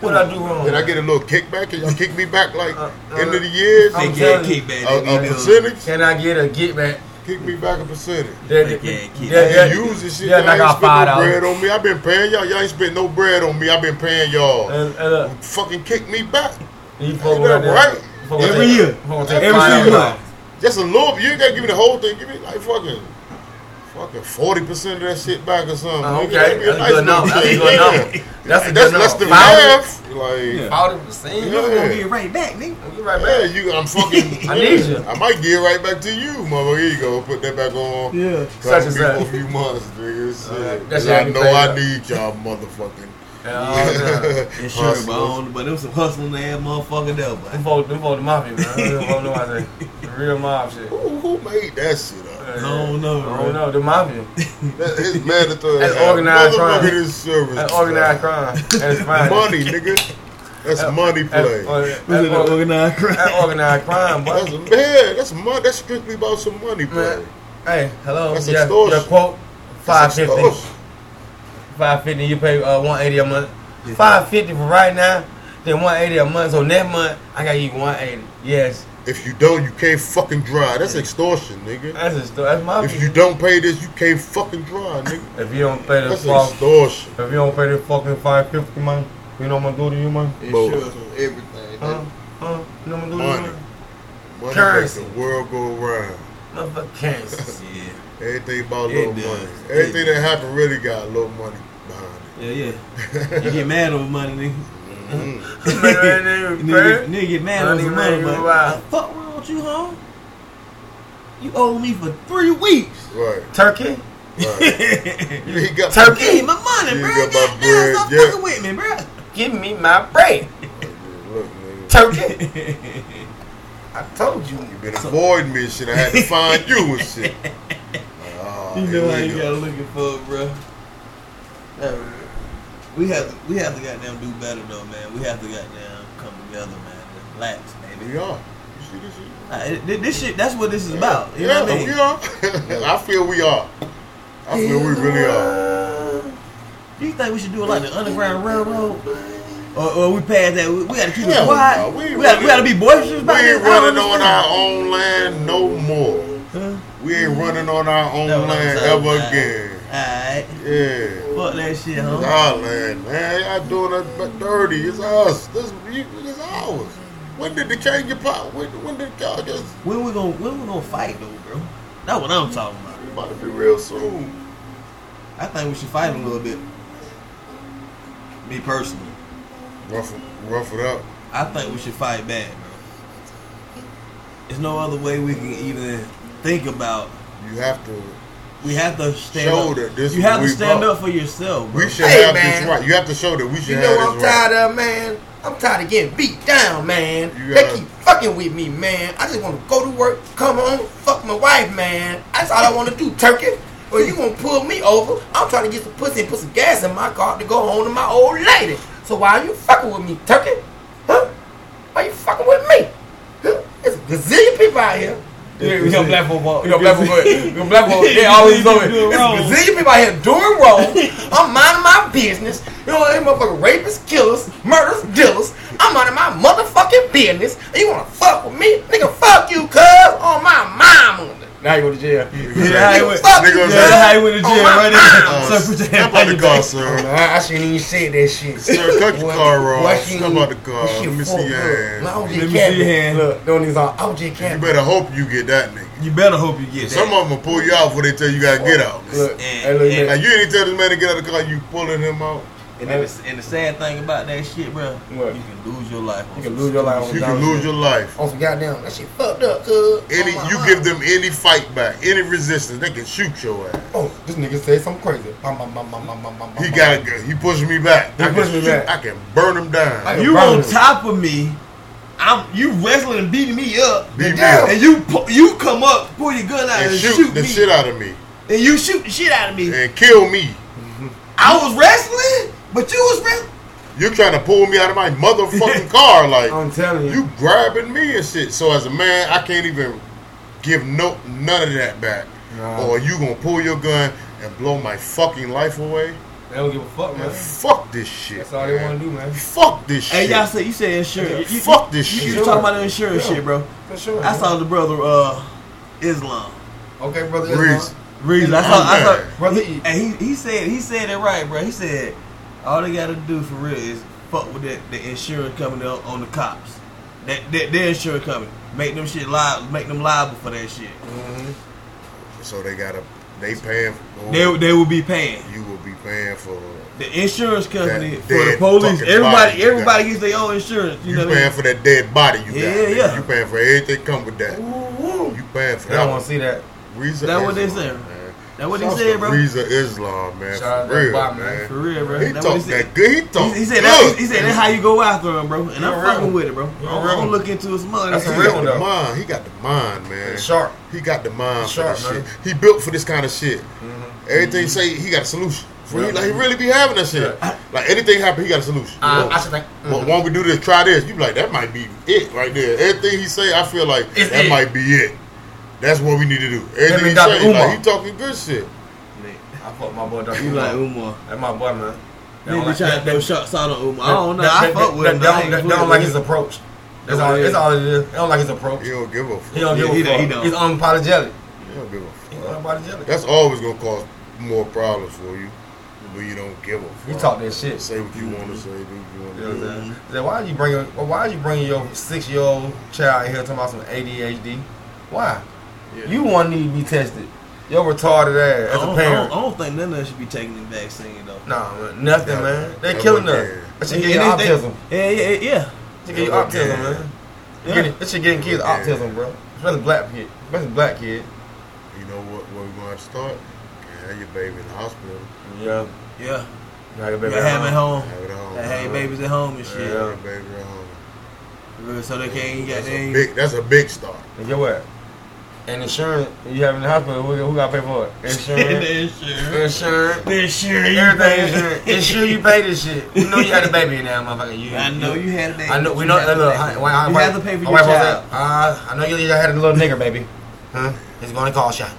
S2: What I do wrong?
S1: Can I get a little kickback? Can y'all kick me back like
S2: Uh, uh,
S1: end of the year?
S2: I'm
S3: They get
S2: telling you.
S3: kickback.
S1: a, a
S3: nigga, you know.
S1: percentage?
S2: Can I get a get back?
S1: Kick me back a percentage.
S2: That,
S3: Like,
S2: that,
S3: yeah,
S2: that,
S3: kid.
S1: Y'all
S2: that,
S1: ain't using shit.
S2: yeah,
S1: y'all
S2: like
S1: ain't
S2: I
S1: spent no
S2: five dollars.
S1: bread on me. I've been paying y'all. Y'all ain't spent no bread on me. I've been paying y'all.
S2: and, and, uh,
S1: Fucking kick me back.
S2: you fuck
S1: Ain't
S2: with
S1: that
S2: that
S1: right?
S2: Fuck with
S3: Every
S2: that-
S3: year.
S2: fuck with that
S3: Every
S2: five
S3: single
S2: dollars. Oh,
S3: year.
S1: Just a little. You ain't gotta give me the whole thing. Give me like fucking, fucking forty percent of that shit back or something.
S2: Oh,
S1: Nigga,
S2: okay.
S1: that'd be
S2: That's
S1: little
S2: a good number. That's a
S1: change. [LAUGHS]
S2: good
S1: Yeah.
S2: number. That's a
S1: That's
S2: good
S1: less
S2: number.
S1: than
S2: Five-
S1: half. Like,
S2: Five dollars percent.
S3: You know I'm gonna
S1: Yeah.
S3: get right back, nigga.
S2: You right
S1: yeah,
S2: back.
S1: you. I'm fucking.
S2: [LAUGHS] I need you.
S1: I might get right back to you, mother. Here you go. Put that back on.
S3: Yeah.
S2: Such and
S1: Couple people
S2: such.
S1: a few months, nigga.
S2: All right.
S1: Shit.
S2: That's
S1: 'Cause I
S2: how you
S1: know
S2: pay
S1: I
S2: up.
S1: need y'all,
S2: [LAUGHS]
S1: motherfucking.
S2: And all that.
S1: [LAUGHS]
S3: It's sure,
S1: Hustlers.
S3: but, I don't- but them some hustling ass motherfucker there,
S2: Them
S3: but
S2: folk, them folk the mafia, man. I don't know what I say. The real mob shit.
S1: Who, who made that shit up?
S3: I don't know,
S2: I
S3: bro.
S2: don't know. The mafia.
S1: That
S2: [LAUGHS]
S1: is mandatory.
S2: That's
S1: Have
S2: organized
S1: motherfucking
S2: crime.
S1: Insurance.
S2: That's organized crime. That's fine.
S1: Money, nigga. That's
S2: That-
S1: money
S2: That's,
S1: play.
S2: that's,
S3: was in the
S2: that's,
S3: organized crime.
S2: that's organized crime, boy.
S1: That's man. That's money. That's strictly about some money play.
S2: Man, hey, hello.
S1: That's
S2: your,
S1: extortion.
S2: your quote, five
S1: That's
S2: fifty.
S1: extortion.
S2: Five fifty. You pay uh, one eighty a month.
S3: Yeah.
S2: Five fifty for right now. Then one eighty a month. So next month I gotta eat one eighty. Yes,
S1: If you don't, you can't fucking drive. That's extortion, nigga.
S2: that's just, that's my.
S1: If you don't pay this, you can't fucking drive, nigga.
S2: if you don't pay the
S1: That's
S2: fuck,
S1: extortion.
S2: if you don't pay the fucking five fifty money, You know what I'm gonna do to you, man?
S1: Boy.
S4: Insurance on everything.
S2: Huh? Huh? You know what I'm gonna do to
S1: Money.
S2: you, man?
S1: Money make
S2: Currency.
S1: the world go round.
S2: Motherfucker cancer.
S4: Yeah.
S1: Everything about a
S4: It
S1: little
S4: does.
S1: money.
S4: It
S1: Everything that
S4: does.
S1: happened really got a little money behind
S4: Yeah, yeah.
S1: it.
S4: You get mad over money,
S3: Mm-hmm.
S1: Mhm.
S4: nigga. nigga,
S3: [LAUGHS]
S4: nigga get mad
S2: Money
S4: over money,
S2: make
S4: but what
S2: you
S4: the
S2: wild.
S4: fuck wrong with you, home? You owe me for three weeks.
S1: Right,
S2: Turkey?
S1: right.
S3: [LAUGHS]
S1: You ain't got
S4: Give me my money,
S1: You
S4: bro.
S1: got my
S4: Now, now
S1: bread,
S4: stop
S1: yeah.
S4: fucking with me, bro.
S3: [LAUGHS]
S2: Give me my bread.
S1: Look, nigga.
S2: Turkey? I told you.
S1: You been avoiding me and shit. I had to find you and
S3: [LAUGHS]
S1: shit. Like, oh,
S3: You know I ain't
S1: here
S3: got
S1: we go.
S3: looking for it, bro. That- We have to, we have to goddamn do better though, man. We have to goddamn come together, man. Relax,
S1: We
S3: baby.
S1: are. You see this shit?
S3: Nah, it- thi- this shit, that's what this is about. You
S1: yeah,
S3: know what I mean?
S1: we are. [LAUGHS] I feel we are. I feel we really are.
S3: Do you think we should do it like the Underground Railroad? Or, or we pass that? We, we got to keep it
S1: Hell
S3: quiet.
S1: no,
S3: we
S1: we ain't
S3: got we
S1: running-
S3: got to be
S1: We
S3: boisterous about this.
S1: ain't
S3: I don't
S1: running on
S3: understand.
S1: our own land no more.
S3: Huh?
S1: We ain't running on our own
S3: That what I'm
S1: land
S3: saying.
S1: ever again.
S3: Alright.
S1: Yeah.
S3: Fuck that shit,
S1: It's
S3: huh?
S1: our land, man. Y'all doing us but dirty. It's us. This you- it's ours. When did the change your pot? When, when did y'all just
S3: When we gonna when we gonna fight though, bro? That's what I'm talking about.
S1: about to be real soon?
S3: I think we should fight a little bit. Me personally,
S1: Rough, rough it up.
S3: I think we should fight back, bro. There's no other way we can even think about.
S1: You have to.
S3: We have to stand
S1: Show
S3: up.
S1: that this
S3: you
S1: is
S3: have to
S1: what we
S3: stand
S1: about.
S3: up for yourself, bro.
S1: We should
S2: Hey,
S1: have
S2: man.
S1: this right. You have to show that we should
S2: You
S1: have
S2: know I'm
S1: this right.
S2: tired of, man. I'm tired of getting beat down, man.
S1: You
S2: they
S1: gotta-
S2: keep fucking with me, man. I just want to go to work, come home, fuck my wife, man. That's all I want to do, turkey. Or you gonna pull me over? I'm trying to get some pussy and put some gas in my car to go home to my old lady. So why you fucking with me, turkey? Huh? Why you fucking with me? Huh? There's a gazillion people out here.
S3: Yeah, we got black
S2: folks. We got black folks.
S1: [LAUGHS]
S2: We got black folks. They always over.
S3: [LAUGHS]
S2: it. There's a gazillion people out here doing wrong. I'm minding my business. You know, they motherfucking rapists, killers, murderers, dealers. I'm minding my motherfucking business. And you wanna fuck with me? Nigga, fuck you, cuz. On my mama. Now you go to jail.
S3: Yeah, I went-
S2: fuck you,
S1: Nigga,
S2: cuz.
S1: that-
S3: Yeah, how you went to jail
S2: On
S1: Oh,
S2: my
S3: right there.
S1: Uh,
S2: mama.
S3: [LAUGHS] Sir, put your hand
S1: step out
S3: behind
S1: the
S3: your
S1: car,
S3: back.
S2: Man,
S1: sir.
S2: I shouldn't even said that shit.
S1: Sir, cut your
S2: Boy,
S1: car
S2: boy,
S1: off.
S2: I shouldn't
S1: Step
S2: even-
S1: out the car.
S2: that shit
S1: Let me see
S2: full
S1: your
S2: good.
S1: ass.
S2: Man, I was just
S3: Let me see your
S2: capping.
S3: hand.
S2: Look, don't even. I was just
S1: You
S2: capping.
S1: better hope you get that nigga.
S3: You better hope you get
S1: Some
S3: that.
S1: of them will pull you out before they tell you gotta get out.
S2: Look,
S3: And-
S2: hey, look,
S3: and-
S2: man.
S1: Like you ain't tell this man to get out of the car. You pulling him out.
S3: And, then the, and the sad thing about that shit, bro,
S2: What?
S3: you can lose your life. on
S2: You can
S3: some
S2: lose your life on
S1: You
S2: dumb
S1: can lose
S2: shit.
S1: your life.
S2: on some goddamn. That shit fucked up, cuz.
S1: Any,
S2: Oh, my
S1: you
S2: mama.
S1: give them any fight back, any resistance, they can shoot your ass.
S2: Oh, this nigga said something crazy. My, my, my, my, my, my, my, my.
S1: He got, he pushed me back.
S2: He
S1: I can
S2: pushed me
S1: shoot-
S2: back.
S1: I can burn him
S2: I
S1: down.
S2: can-
S3: You
S2: Bro.
S3: on top of me. I'm you wrestling and beating me up.
S1: Beat me
S2: Yeah.
S1: up
S3: And you pu- you come up, pull your gun out, and,
S1: and shoot, the
S3: me.
S1: shit out of me
S3: and you shoot the shit out of me.
S1: and kill me.
S3: I was wrestling, but you was wrestling.
S1: You're trying to pull me out of my
S2: [LAUGHS]
S1: motherfucking car, like
S2: I'm telling you.
S1: you grabbing me and shit. So as a man, I can't even give no none of that back.
S2: Nah.
S1: Or you gonna pull your gun and blow my fucking life away?
S2: They don't give a fuck,
S1: Man, fuck this shit. man.
S2: to do, man.
S1: Fuck this shit.
S3: Hey, y'all said you said insurance. You, you,
S1: Fuck this
S3: you,
S1: shit.
S3: you talking about the insurance
S2: Yeah.
S3: shit, bro?
S2: For sure.
S3: I saw the brother uh Islam.
S2: Okay, brother. that's
S1: Reese.
S3: Reason I saw, I saw
S1: Okay.
S2: Brother E.
S3: and he, he said he said it right, bro. He said all they gotta do for real is fuck with that the insurance company on, on the cops. That, that their insurance company. Make them shit liable make them liable for that shit.
S2: Mhm.
S1: So they gotta, they paying. For,
S3: They they will be paying.
S1: you will be paying for.
S3: The insurance company
S1: That
S3: for the
S1: dead
S3: police.
S1: fucking body
S3: Everybody
S1: you
S3: everybody
S1: got.
S3: gets their own insurance. You,
S1: You,
S3: know what I
S1: paying
S3: mean?
S1: for that dead body you
S3: Yeah,
S1: got. nigga.
S3: yeah.
S1: You paying for everything come with that. You paying for
S2: They don't
S1: that.
S2: want to see that.
S1: Reason
S3: That what they
S1: Islam,
S3: saying.
S1: man.
S3: That's what he
S2: Shout
S3: said, bro.
S1: Reza Islam, man.
S2: Shout
S1: for
S2: out to that
S1: real,
S2: bot, man.
S1: man.
S3: For real, bro.
S1: He
S3: That's what
S1: talked that good. He
S3: He,
S1: talked.
S3: he said
S1: good.
S3: that. He said that's how you go after him, bro. And
S2: You're
S3: I'm
S2: real.
S3: fucking with it, bro. I'm
S2: You're
S3: I'm
S2: real.
S3: gonna look into his money.
S2: That's
S1: He
S2: a real
S1: got
S2: one,
S1: the
S2: though.
S1: mind. He got the mind, man.
S2: Sharp.
S1: He got the mind for
S2: Sharp,
S1: this
S2: man.
S1: shit. He built for this kind of shit.
S2: Mm-hmm.
S1: Everything say he got a solution. For he, like he really be having that shit. Like anything happen, he got a solution.
S2: Uh,
S1: Look,
S2: I should think.
S1: Why why don't we do this? Try this. You be like that might be it right there. Everything he say, I feel like
S2: It's
S1: that
S2: it.
S1: might be it. That's what we need to do.
S2: and
S1: Everything he
S2: Dr.
S1: say,
S2: Umar.
S1: like, he talking good shit.
S2: I fuck my boy, Dr.
S3: You like
S2: Umar.
S3: Umar?
S2: That's my boy, man. They
S3: Nigga
S2: don't like-
S3: trying to
S2: they-
S3: throw shots out on Umar. I don't know.
S2: they-
S3: I
S2: they-
S3: fuck with
S2: they- They don't,
S3: him. but I ain't
S2: they- they
S3: fucking
S2: don't like
S3: with
S2: his
S3: him.
S2: approach. That's
S3: Yeah,
S2: all.
S3: yeah.
S2: That's all it is. They don't like his approach.
S1: He don't give a fuck.
S2: He
S1: He
S2: don't
S3: Yeah,
S2: give
S3: he
S2: a
S3: don't- he
S2: fuck.
S3: don't.
S2: He's unapologetic.
S1: don't give a
S2: He's
S1: fuck.
S2: unapologetic.
S1: That's always gonna cause more problems for you. when you don't give a fuck.
S2: You talk that shit.
S1: Say what you want to say. Do what you want
S2: You know
S1: to
S2: what I'm
S1: do.
S2: saying? Then Why you bringing? Why you bringing your six year old child here talking about some ADHD? Why?
S1: Yeah.
S2: You one need to be tested. Your retarded ass as a
S3: I, don't, I, don't,
S2: parent.
S3: I don't think none of us should be taking the vaccine though.
S2: Nah, man, nothing,
S1: Yeah.
S2: man. They
S1: That
S2: killing
S1: one
S2: us.
S1: dead.
S2: That should
S3: And
S2: give you
S3: they- they-
S2: autism.
S3: Yeah, yeah, yeah.
S2: That should give you
S1: That one
S2: autism,
S1: dead.
S2: man.
S3: Yeah.
S2: Get it- That should give kids
S1: That one dead.
S2: autism, bro. Especially black kid. Especially black kid.
S1: You know what? Where we gonna have to start? Yeah, have your baby in the hospital.
S2: Yeah.
S3: Yeah.
S2: You gotta
S3: You gotta have it at home.
S1: Have it at home.
S3: Like, hey, babies at home and shit.
S1: Yeah, have your baby at home.
S3: So they can't get
S1: That's a
S3: they
S1: big. That's a big start.
S2: And get what? And insurance. You have it in the hospital. Who, who gotta pay for it? Insurance.
S3: They
S2: [LAUGHS]
S3: sure.
S2: insurance.
S3: They sure. you
S2: Everything
S3: bad.
S2: insurance. Insure
S3: [LAUGHS]
S2: you pay this shit. You know you had a baby now, motherfucker. You,
S3: I know you had that.
S2: I know. We
S3: You
S2: know.
S3: had to
S2: Look, look,
S3: pay
S2: I,
S3: for
S2: why-
S3: it. You
S2: why-
S3: had to pay for
S2: why-
S3: your
S2: why-
S3: child.
S2: Uh, I know you, you had a little nigger baby. Huh? It's gonna cost ya.
S1: As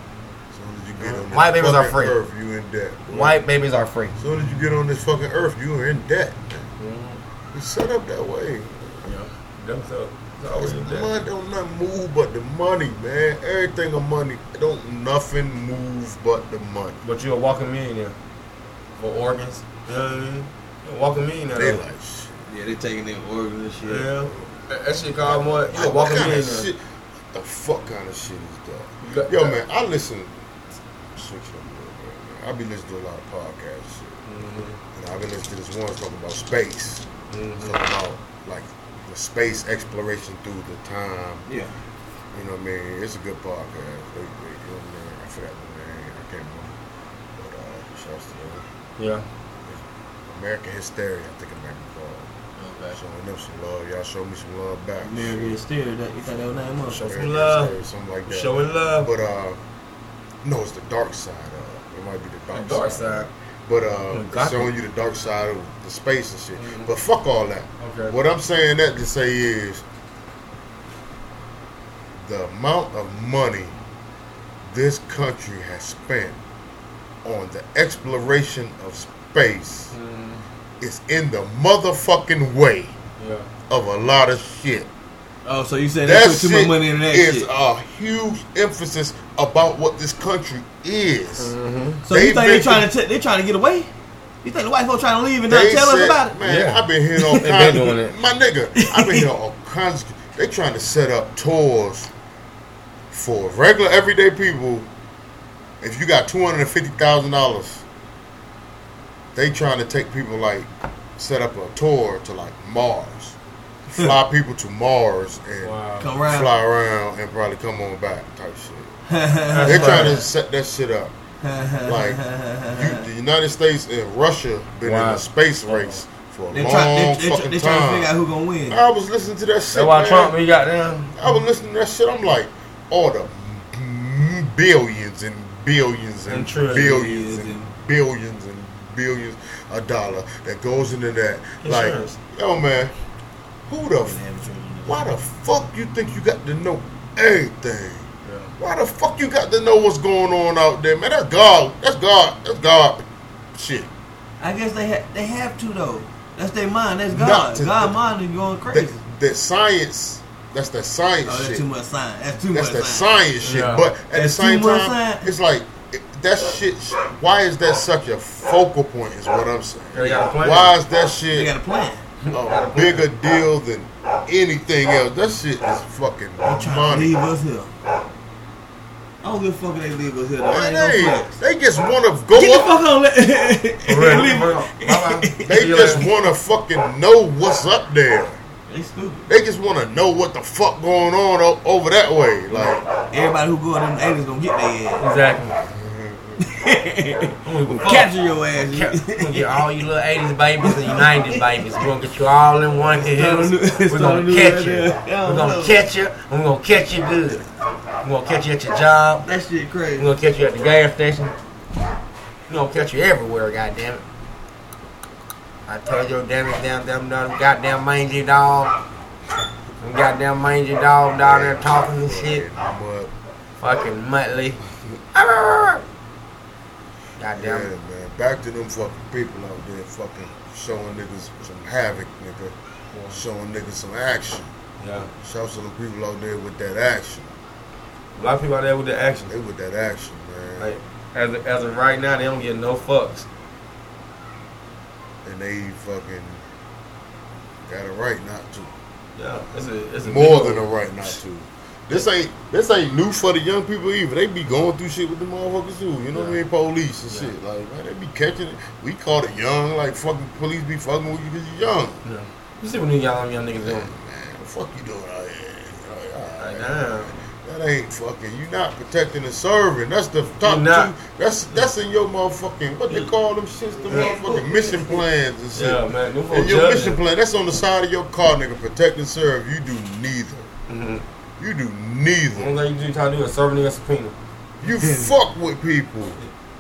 S1: soon as you get on this
S2: White babies are
S1: fucking
S2: free.
S1: Earth, you in debt. boy.
S2: White babies are free.
S1: As soon as you get on this fucking earth, you are in debt. It's set up that way. It's money don't nothing move but the money, man. Everything of money don't nothing move but the money.
S2: But you a walking millionaire for organs. You know what I mean? You a walking millionaire.
S1: They
S2: though.
S1: like shit.
S3: Yeah, they taking their organs and shit.
S2: Yeah. That, that shit called more. You a
S1: what
S2: walking
S1: kind of
S2: millionaire.
S1: shit? What the fuck kind of shit is that?
S2: You got-
S1: Yo, man, I listen. Switch it up a little bit, man. I be listening to a lot of podcasts. Shit.
S2: Mhm.
S1: And I've been listening to this one talking about space.
S2: Mhm.
S1: Talking about like the space exploration through the time.
S3: Yeah.
S1: You know what I mean? It's a good podcast. They, they, you know what I mean? I forgot the name. I can't remember. But uh, shouts to them.
S2: Yeah.
S1: American Hysteria. I think American called. Showing them some love. Y'all show me some love back.
S3: American Hysteria. That you thought that was nine months.
S2: Show
S1: American
S2: some love.
S1: Hysteria, something like that.
S2: Showing love.
S1: But uh, no, it's the dark side. Uh, it might be the dark,
S2: Dark side.
S1: But uh,
S2: Gothic.
S1: it's showing you the dark side of the space and shit.
S3: Mm-hmm.
S2: Mhm.
S1: But fuck all that.
S2: Okay.
S1: What I'm saying that to say is the amount of money this country has spent on the exploration of space
S2: Mhm.
S3: Mm-hmm.
S1: is in the motherfucking way
S2: Yeah.
S1: of a lot of shit.
S3: Oh, so you said they
S1: That
S3: put too much
S1: shit
S3: money in that
S1: is
S3: shit.
S1: a huge emphasis about what this country is.
S2: Mm-hmm.
S3: so you
S1: they
S3: think they
S1: been-
S3: trying to t- they trying to get away? You think the white folks trying to leave and not
S1: They
S3: tell us
S1: said-
S3: about it?
S1: Man,
S2: Yeah.
S1: I've been hearing all
S2: They been
S1: kinds.
S2: doing
S1: Of,
S2: it.
S1: my nigga, I've been
S2: [LAUGHS]
S1: hearing all kinds. Of, they trying to set up tours for regular everyday people. If you got two hundred and fifty thousand dollars, they trying to take people like set up a tour to like
S3: [LAUGHS]
S1: Mars, fly people to Mars and
S2: Wow.
S3: Come around. [LAUGHS]
S1: fly around and probably come on back type shit.
S2: That's
S1: They're trying
S2: wild.
S1: to set that shit up. Like you, the United States and Russia been in
S2: Wow.
S1: a space race for a
S3: They
S1: long
S3: try, they, they,
S1: fucking
S3: they trying
S1: time.
S3: to
S1: Oh.
S3: figure out who gonna win.
S1: I was listening to that shit.
S2: That's why
S1: man.
S2: Trump, he got them.
S1: I was listening to that shit. I'm like, all the m- billions and billions and,
S2: And trillions
S1: billions and,
S3: and-
S1: billions and billions of dollar that goes into that.
S2: Insurance.
S1: Like, yo, man, who the? F- why the fuck you think you got to know everything? Why the fuck you got to know what's going on out there, man? That's God. That's God. That's God. Shit.
S3: I guess they ha- they have to though. That's their mind. That's
S1: Not
S3: God.
S1: to-
S3: God mind is going
S1: That,
S3: crazy.
S1: that science. That's that science
S3: oh, that's
S1: shit.
S3: too much science. That's too
S1: That's
S3: much
S1: that
S3: science.
S1: science shit.
S2: Yeah.
S1: But at
S3: That's
S1: the same
S3: too much
S1: time,
S3: science.
S1: it's like it- that shit. Why is that such a focal point? Is what I'm saying.
S2: They got a plan.
S1: Why is that
S3: They
S1: shit
S3: got a plan.
S1: a bigger deal than anything else? That shit is fucking
S3: They trying to
S1: money.
S3: leave us here. I don't give a fuck if they leave us here. Though. I
S1: Man,
S3: ain't no
S1: they,
S3: flex.
S1: they just want to go
S3: Get the
S1: up.
S3: fuck on. Let-
S2: Real.
S3: [LAUGHS] leave us.
S2: Bye-bye.
S1: They
S2: See you
S1: just
S2: later.
S1: want to fucking know what's up there.
S3: They stupid.
S1: They just want to know what the fuck going on o- over that way. Like,
S3: Everybody who go in them aliens gonna get their
S2: Exactly. [LAUGHS]
S3: ass.
S2: I'm gonna
S3: Capture your ass.
S2: Cap- we gonna get all you little 80s babies and 90s babies. We're gonna get you all in one hit.
S3: Start a new-
S2: We're
S3: start a
S2: gonna
S3: new
S2: catch you.
S3: idea. Yeah,
S2: We're
S3: I know.
S2: gonna catch you, and we're gonna catch you good. We're gonna catch you at your job.
S3: [LAUGHS] that shit
S2: We're
S3: crazy.
S2: gonna catch you at the gas station. We're gonna catch you everywhere, goddammit. I told your damn it, damn, damn, damn, goddamn mangy dog. Them Goddamn mangy dog down there talking and shit.
S1: But
S2: Fucking Muttley. [LAUGHS]
S1: Yeah,
S2: Goddamn.
S1: man. Back to them fucking people out there fucking showing niggas some havoc, nigga. Showing niggas some action.
S2: Yeah.
S1: Shout to the people out there with that action.
S2: A lot of people out there with the action.
S1: They with that action, man.
S2: Like, as as of right now, they don't get no fucks.
S1: and they fucking got a right not to.
S4: Yeah, it's a, it's a
S1: More than a right not to. This ain't this ain't new for the young people either. They be going through shit with the motherfuckers too. You know what I mean? Police and shit. Like man, they be catching it. We call it young. Like fucking police be fucking with you because you young.
S2: Yeah. You see what these y'all young niggas
S1: Man,
S2: doing?
S1: man, the fuck you doing out here? Like, all right.
S2: Like, damn.
S1: That ain't fucking. You not protecting and serving. That's the top
S2: You not.
S1: two. That's that's in your motherfucking what they call them shits. The
S2: Yeah.
S1: motherfucking mission plans and shit.
S2: Yeah, man. Them
S1: And
S2: folks
S1: your
S2: judging.
S1: mission plan, that's on the side of your car, nigga. Protect and serve. You do neither.
S2: Mhm.
S1: You do
S2: Only
S1: neither.
S2: thing you do try to do is serve a nigga a subpoena.
S1: You fuck with people.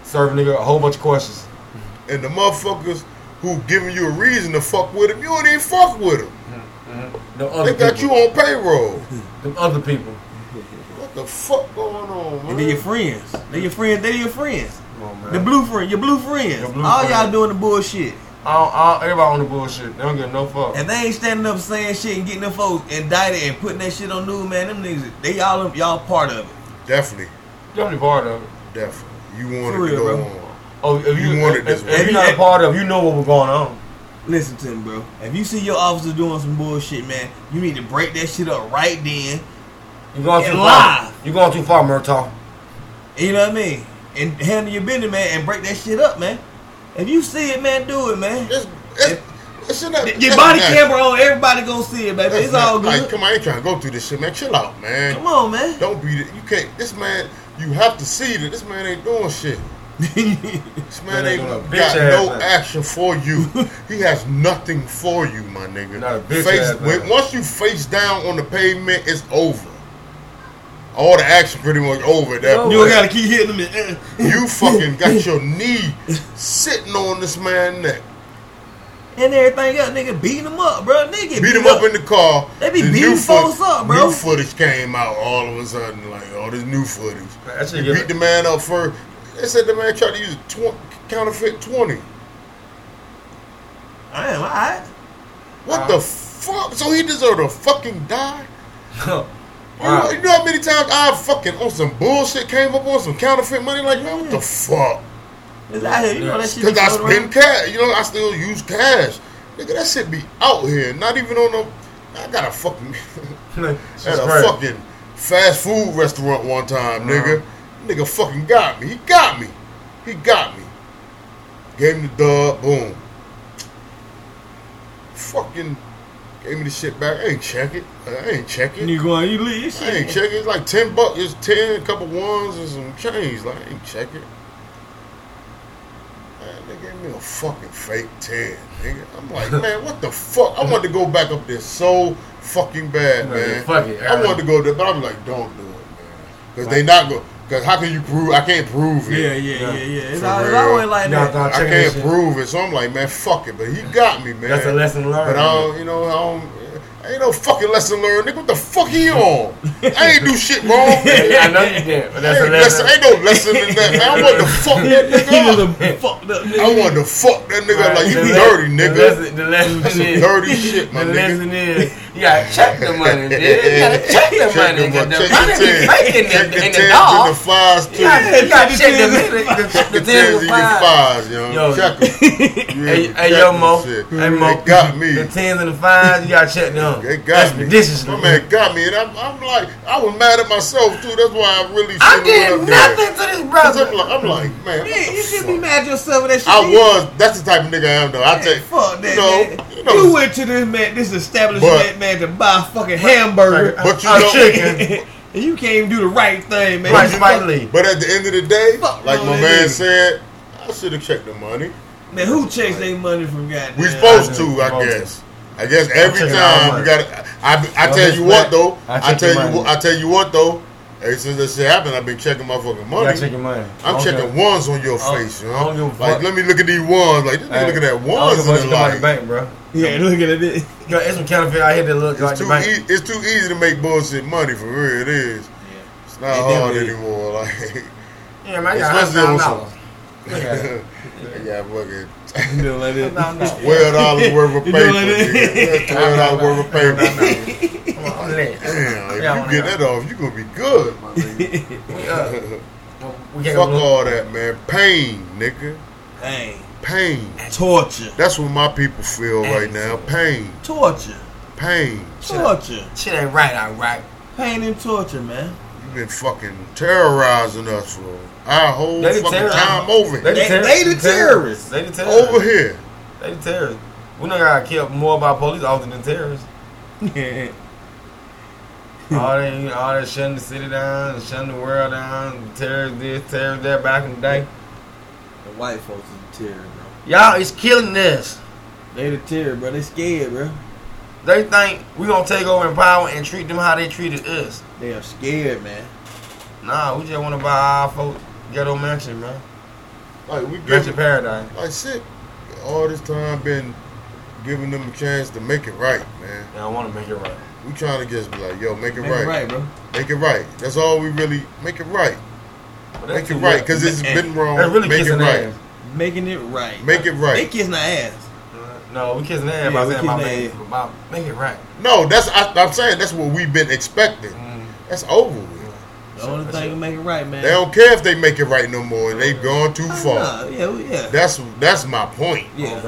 S2: Serve a nigga a whole bunch of questions.
S1: And the motherfuckers who giving you a reason to fuck with them, you don't even fuck with them.
S2: Them other
S1: They got you
S2: people.
S1: on payroll.
S2: Them other people.
S1: What the fuck going on, man?
S3: And they your friends. They your friends. They your friends.
S2: Come on, man.
S3: The blue friend. Your blue friends.
S2: Your blue
S3: All y'all
S2: friend.
S3: doing the bullshit.
S2: all, all, everybody on the bullshit. They don't give no fuck.
S3: And they ain't standing up saying shit and getting them folks indicted and putting that shit on news, man. Them niggas, they all y'all part of it.
S1: Definitely,
S2: You don't be part of it.
S1: definitely. You wanted
S3: For real,
S1: to go
S3: bro.
S1: on.
S2: Oh, if you,
S1: You want it this
S2: if,
S1: way.
S2: if you're not a part of, it, you know what was going on.
S3: Listen to me, bro. If you see your officer doing some bullshit, man, you need to break that shit up right then.
S2: You going too
S3: And
S2: far.
S3: lie.
S2: You going too far, Murtaugh.
S3: You know what I mean? And handle your business, man, and break that shit up, man. If you see it, man, do it, man.
S1: It's, it's, it's not,
S3: Your
S1: that's [LAUGHS]
S3: body
S1: not-
S3: camera on, everybody gonna see it, baby.
S1: that's
S3: It's
S1: not-
S3: all
S1: Like,
S3: good.
S1: come on, I ain't trying to go through this shit, man. Chill out, man.
S3: Come on, man.
S1: Don't be. The, you can't. This man. You have to see that this man ain't doing shit. This man
S2: Man ain't
S1: ain't
S2: doing a
S1: got
S2: bitch ass
S1: no
S2: thing.
S1: action for
S2: [LAUGHS]
S1: you. he has nothing for you, my nigga.
S2: Not a bitch
S1: face,
S2: ass
S1: when-
S2: thing.
S1: once you face down on the pavement, it's over. All the action pretty much over at that
S2: Yo.
S1: point.
S3: You don't gotta keep hitting them. And,
S2: [LAUGHS]
S1: You fucking got your knee sitting on this man's neck.
S3: [LAUGHS] and everything else, nigga, beating them up, bro. Nigga, get
S1: beat
S3: beat
S1: him up in the car.
S3: They be
S1: The
S3: beating
S1: new foot-
S3: folks up, bro.
S1: New footage came out all of a sudden, like all this new footage.
S2: That shit
S1: You beat
S2: get
S1: the man up first. They said the man tried to use a tw- counterfeit twenty.
S3: I am, all right.
S1: What
S2: Wow.
S1: the fuck? So he deserved to fucking die? You know-
S2: [LAUGHS] Wow.
S1: You, know, how many times I fucking on some bullshit came up on some counterfeit money? Like, man, what the fuck?
S3: It's out here, you know that shit.
S1: Because I
S3: floating around.
S1: spend cash. You know, I still use cash. Nigga, that shit be out here. Not even on the. I got a [LAUGHS] fucking.
S2: She's
S1: at a
S2: crazy.
S1: fucking fast food restaurant one time, nigga. Nigga fucking got me. He got me. He got me. Gave me the dub. Boom. Fucking gave me the shit back. I ain't check it. I ain't check
S3: And
S1: it.
S3: you going, you leave your
S1: I ain't
S3: shit.
S1: check it. It's like ten bucks. It's ten, a couple ones and some change. Like I ain't check it. Man, they gave me a fucking fake ten, nigga. I'm
S2: [LAUGHS]
S1: like, man, what the fuck? I wanted to go back up there so fucking bad,
S2: Man,
S1: man.
S2: fuck it,
S1: I
S2: Aaron.
S1: wanted to go there, but I'm like, don't do it, man, because they not go. Because how can you prove? I can't prove it.
S3: Yeah, yeah, yeah, yeah. It's,
S1: For
S3: al- it's
S1: real.
S3: always like
S2: Nah,
S3: that.
S2: nah,
S1: I
S2: check
S1: can't
S2: that shit.
S1: prove it, so I'm like, man, fuck it. But he got me, man.
S2: That's a lesson
S1: But
S2: learned.
S1: I don't, you know, I don't. Ain't no fucking lesson learned, nigga. What the fuck he
S2: [LAUGHS]
S1: on? I ain't do shit wrong.
S2: [LAUGHS] I
S1: Ain't,
S2: know you did, but that's a
S1: lesson,
S2: lesson.
S1: ain't no lesson in that. Man, I wanted to fuck
S2: [LAUGHS]
S1: that
S3: He was
S1: nigga. up.
S3: a fucked
S1: [LAUGHS] I
S3: up nigga.
S1: wanted to fuck that nigga. Like you
S2: The
S1: be
S2: le-
S1: dirty,
S2: The
S1: nigga.
S2: lesson, the lesson
S1: That's some
S2: is
S1: dirty shit, my
S2: the
S1: nigga.
S2: lesson is you gotta check the
S1: [LAUGHS]
S2: money, dude. You gotta check the money. 'cause
S1: check the
S2: The money be
S1: tens,
S2: fake in
S1: check
S2: the in
S1: tens and the
S2: the dog.
S1: fives
S2: You
S1: too.
S2: gotta you gotta check the
S1: Check [LAUGHS]
S2: the-
S1: the tens
S2: the the tens
S1: and
S2: and
S1: the
S2: five.
S1: fives, yo.
S2: Yo. [LAUGHS]
S1: Check 'em. You
S2: Hey,
S1: ain't
S2: hey,
S1: check
S2: yo,
S1: that
S2: Mo.
S1: shit.
S2: Hey, Mo.
S1: They got me.
S2: The tens and the fives, you gotta check them.
S1: They got
S2: That's
S1: me.
S2: Ridiculously.
S1: My man got me, and I'm, I'm like, I was mad at myself too. That's why I really
S2: I
S1: shouldn't
S2: did
S1: went up there.
S2: nothing to
S1: 'Cause
S2: this
S1: I'm
S2: brother.
S1: like, I'm like, man, what
S3: Man,
S1: the
S3: you
S1: fuck?
S3: should be mad at yourself for that shit.
S1: I was. That's the type of nigga I am, though. I
S3: Hey,
S1: take.
S3: fuck
S1: you
S3: that.
S1: know,
S3: man.
S1: you
S3: You,
S1: know-
S3: went to this man, this establishment,
S1: But-
S3: man, to buy a fucking hamburger,
S1: But you
S3: [LAUGHS]
S2: I'm
S1: know-
S2: chicken.
S3: and you can't even do the right thing, man.
S2: Right,
S3: You
S2: Spike
S3: fuck-
S2: Lee.
S1: [LAUGHS] But at the end of the day,
S3: Fuck
S1: like
S3: no,
S1: my
S3: they
S1: man
S3: didn't.
S1: said, I should have checked the money.
S3: Man, who chased their money from goddamn?
S1: We supposed
S2: I
S1: to,
S2: didn't.
S1: I
S2: Supposed
S1: guess. I guess every
S2: checking all
S1: time
S2: money.
S1: we got. to I I
S2: Yo,
S1: tell
S2: this
S1: you
S2: man-
S1: what though.
S2: I
S1: I
S2: check
S1: tell
S2: your
S1: you what.
S2: money.
S1: I tell you what though. Ever since that shit happened, I've been checking my fucking
S2: You
S1: money.
S2: gotta check your money.
S1: I'm
S2: Okay. Oh,
S1: checking ones on your
S2: I don't-
S1: face, you
S2: I don't
S1: know.
S2: give a
S1: Like,
S2: fuck.
S1: let me look at these ones. Like, this nigga
S2: Hey,
S1: looking at
S2: I don't
S1: ones
S2: give
S1: in
S2: a bunch
S1: the
S2: of money
S1: light.
S2: bank, bro.
S3: Yeah, look
S1: [LAUGHS]
S3: at it.
S2: Yo, it's some counterfeit out here that look like
S1: It's
S2: the
S1: too,
S2: bank.
S1: e- it's too easy to make bullshit money for real. It is. It's not
S2: It damn
S1: hard
S2: is.
S1: anymore. [LAUGHS] Like,
S2: Yeah, man, I got
S1: Especially on
S2: hundred
S1: some-
S2: dollars. Yeah.
S1: yeah, fucking
S3: You doing like this?
S2: No, no.
S1: twelve dollars worth of
S2: [LAUGHS]
S3: You
S1: paper.
S3: know what
S1: nigga.
S3: it
S1: Twelve dollars worth of paper.
S2: Come on, I'm
S1: [LAUGHS]
S2: lit.
S1: Damn, if
S2: Yeah,
S1: you
S2: I
S1: get
S2: wanna-
S1: that off, you gonna be good, my nigga.
S2: We up. Well, We can't
S1: Fuck
S2: go.
S1: all that, man. Pain, nigga.
S3: Dang.
S1: pain.
S3: Torture.
S1: That's what my people feel right now. Pain,
S3: Torture.
S1: pain.
S3: Torture.
S2: Shit ain't right, all right.
S3: Pain and
S1: [LAUGHS]
S3: torture, man.
S1: You've been fucking terrorizing us for our whole
S2: They the
S1: fucking
S2: terror-
S1: time over here.
S2: They, the
S3: They-
S2: terror-
S3: they the terrorists.
S2: They the terrorists.
S1: Over here.
S2: They the terrorists. We done got killed more by police officers
S1: [LAUGHS]
S2: than terrorists. all that, all that shutting the city down, and shutting the world down, terrorists this, terrorists that back in the day.
S3: The white folks is the terror, bro.
S2: Y'all is killing us.
S3: They the terror, bro. They scared, bro.
S2: They think we gonna take over in power and treat them how they treated us.
S3: They are scared, man.
S2: Nah, we just wanna buy our folks ghetto mansion, man.
S1: Like we
S2: Mansion
S1: give
S2: paradise.
S1: like shit. All this time been giving them a chance to make it right, man.
S2: Yeah, I wanna make it right.
S1: We trying to just be like, yo, make it
S3: Make
S1: right.
S3: it right, bro.
S1: Make it right. That's all we really make it right.
S2: But
S1: Make
S2: that's
S1: it
S2: too
S1: right
S2: much.
S1: because it's
S2: And-
S1: been wrong.
S2: That's really
S1: make it
S2: kissing
S1: right.
S2: ass.
S3: Making it right.
S1: Make it
S3: They
S1: right.
S3: kissing the ass.
S2: Uh, No, we kissing ass
S3: Yeah,
S2: by
S3: we
S2: saying my
S3: kissing
S2: man. my- Make it right.
S1: No, that's I, I'm saying that's what we've been expecting.
S2: Mm.
S1: That's over with.
S3: The only thing that make it right, man.
S1: They don't care if they make it right no more. They've gone too
S3: Oh,
S1: far.
S3: nah, Yeah, well, yeah.
S1: That's that's my point.
S3: Yeah.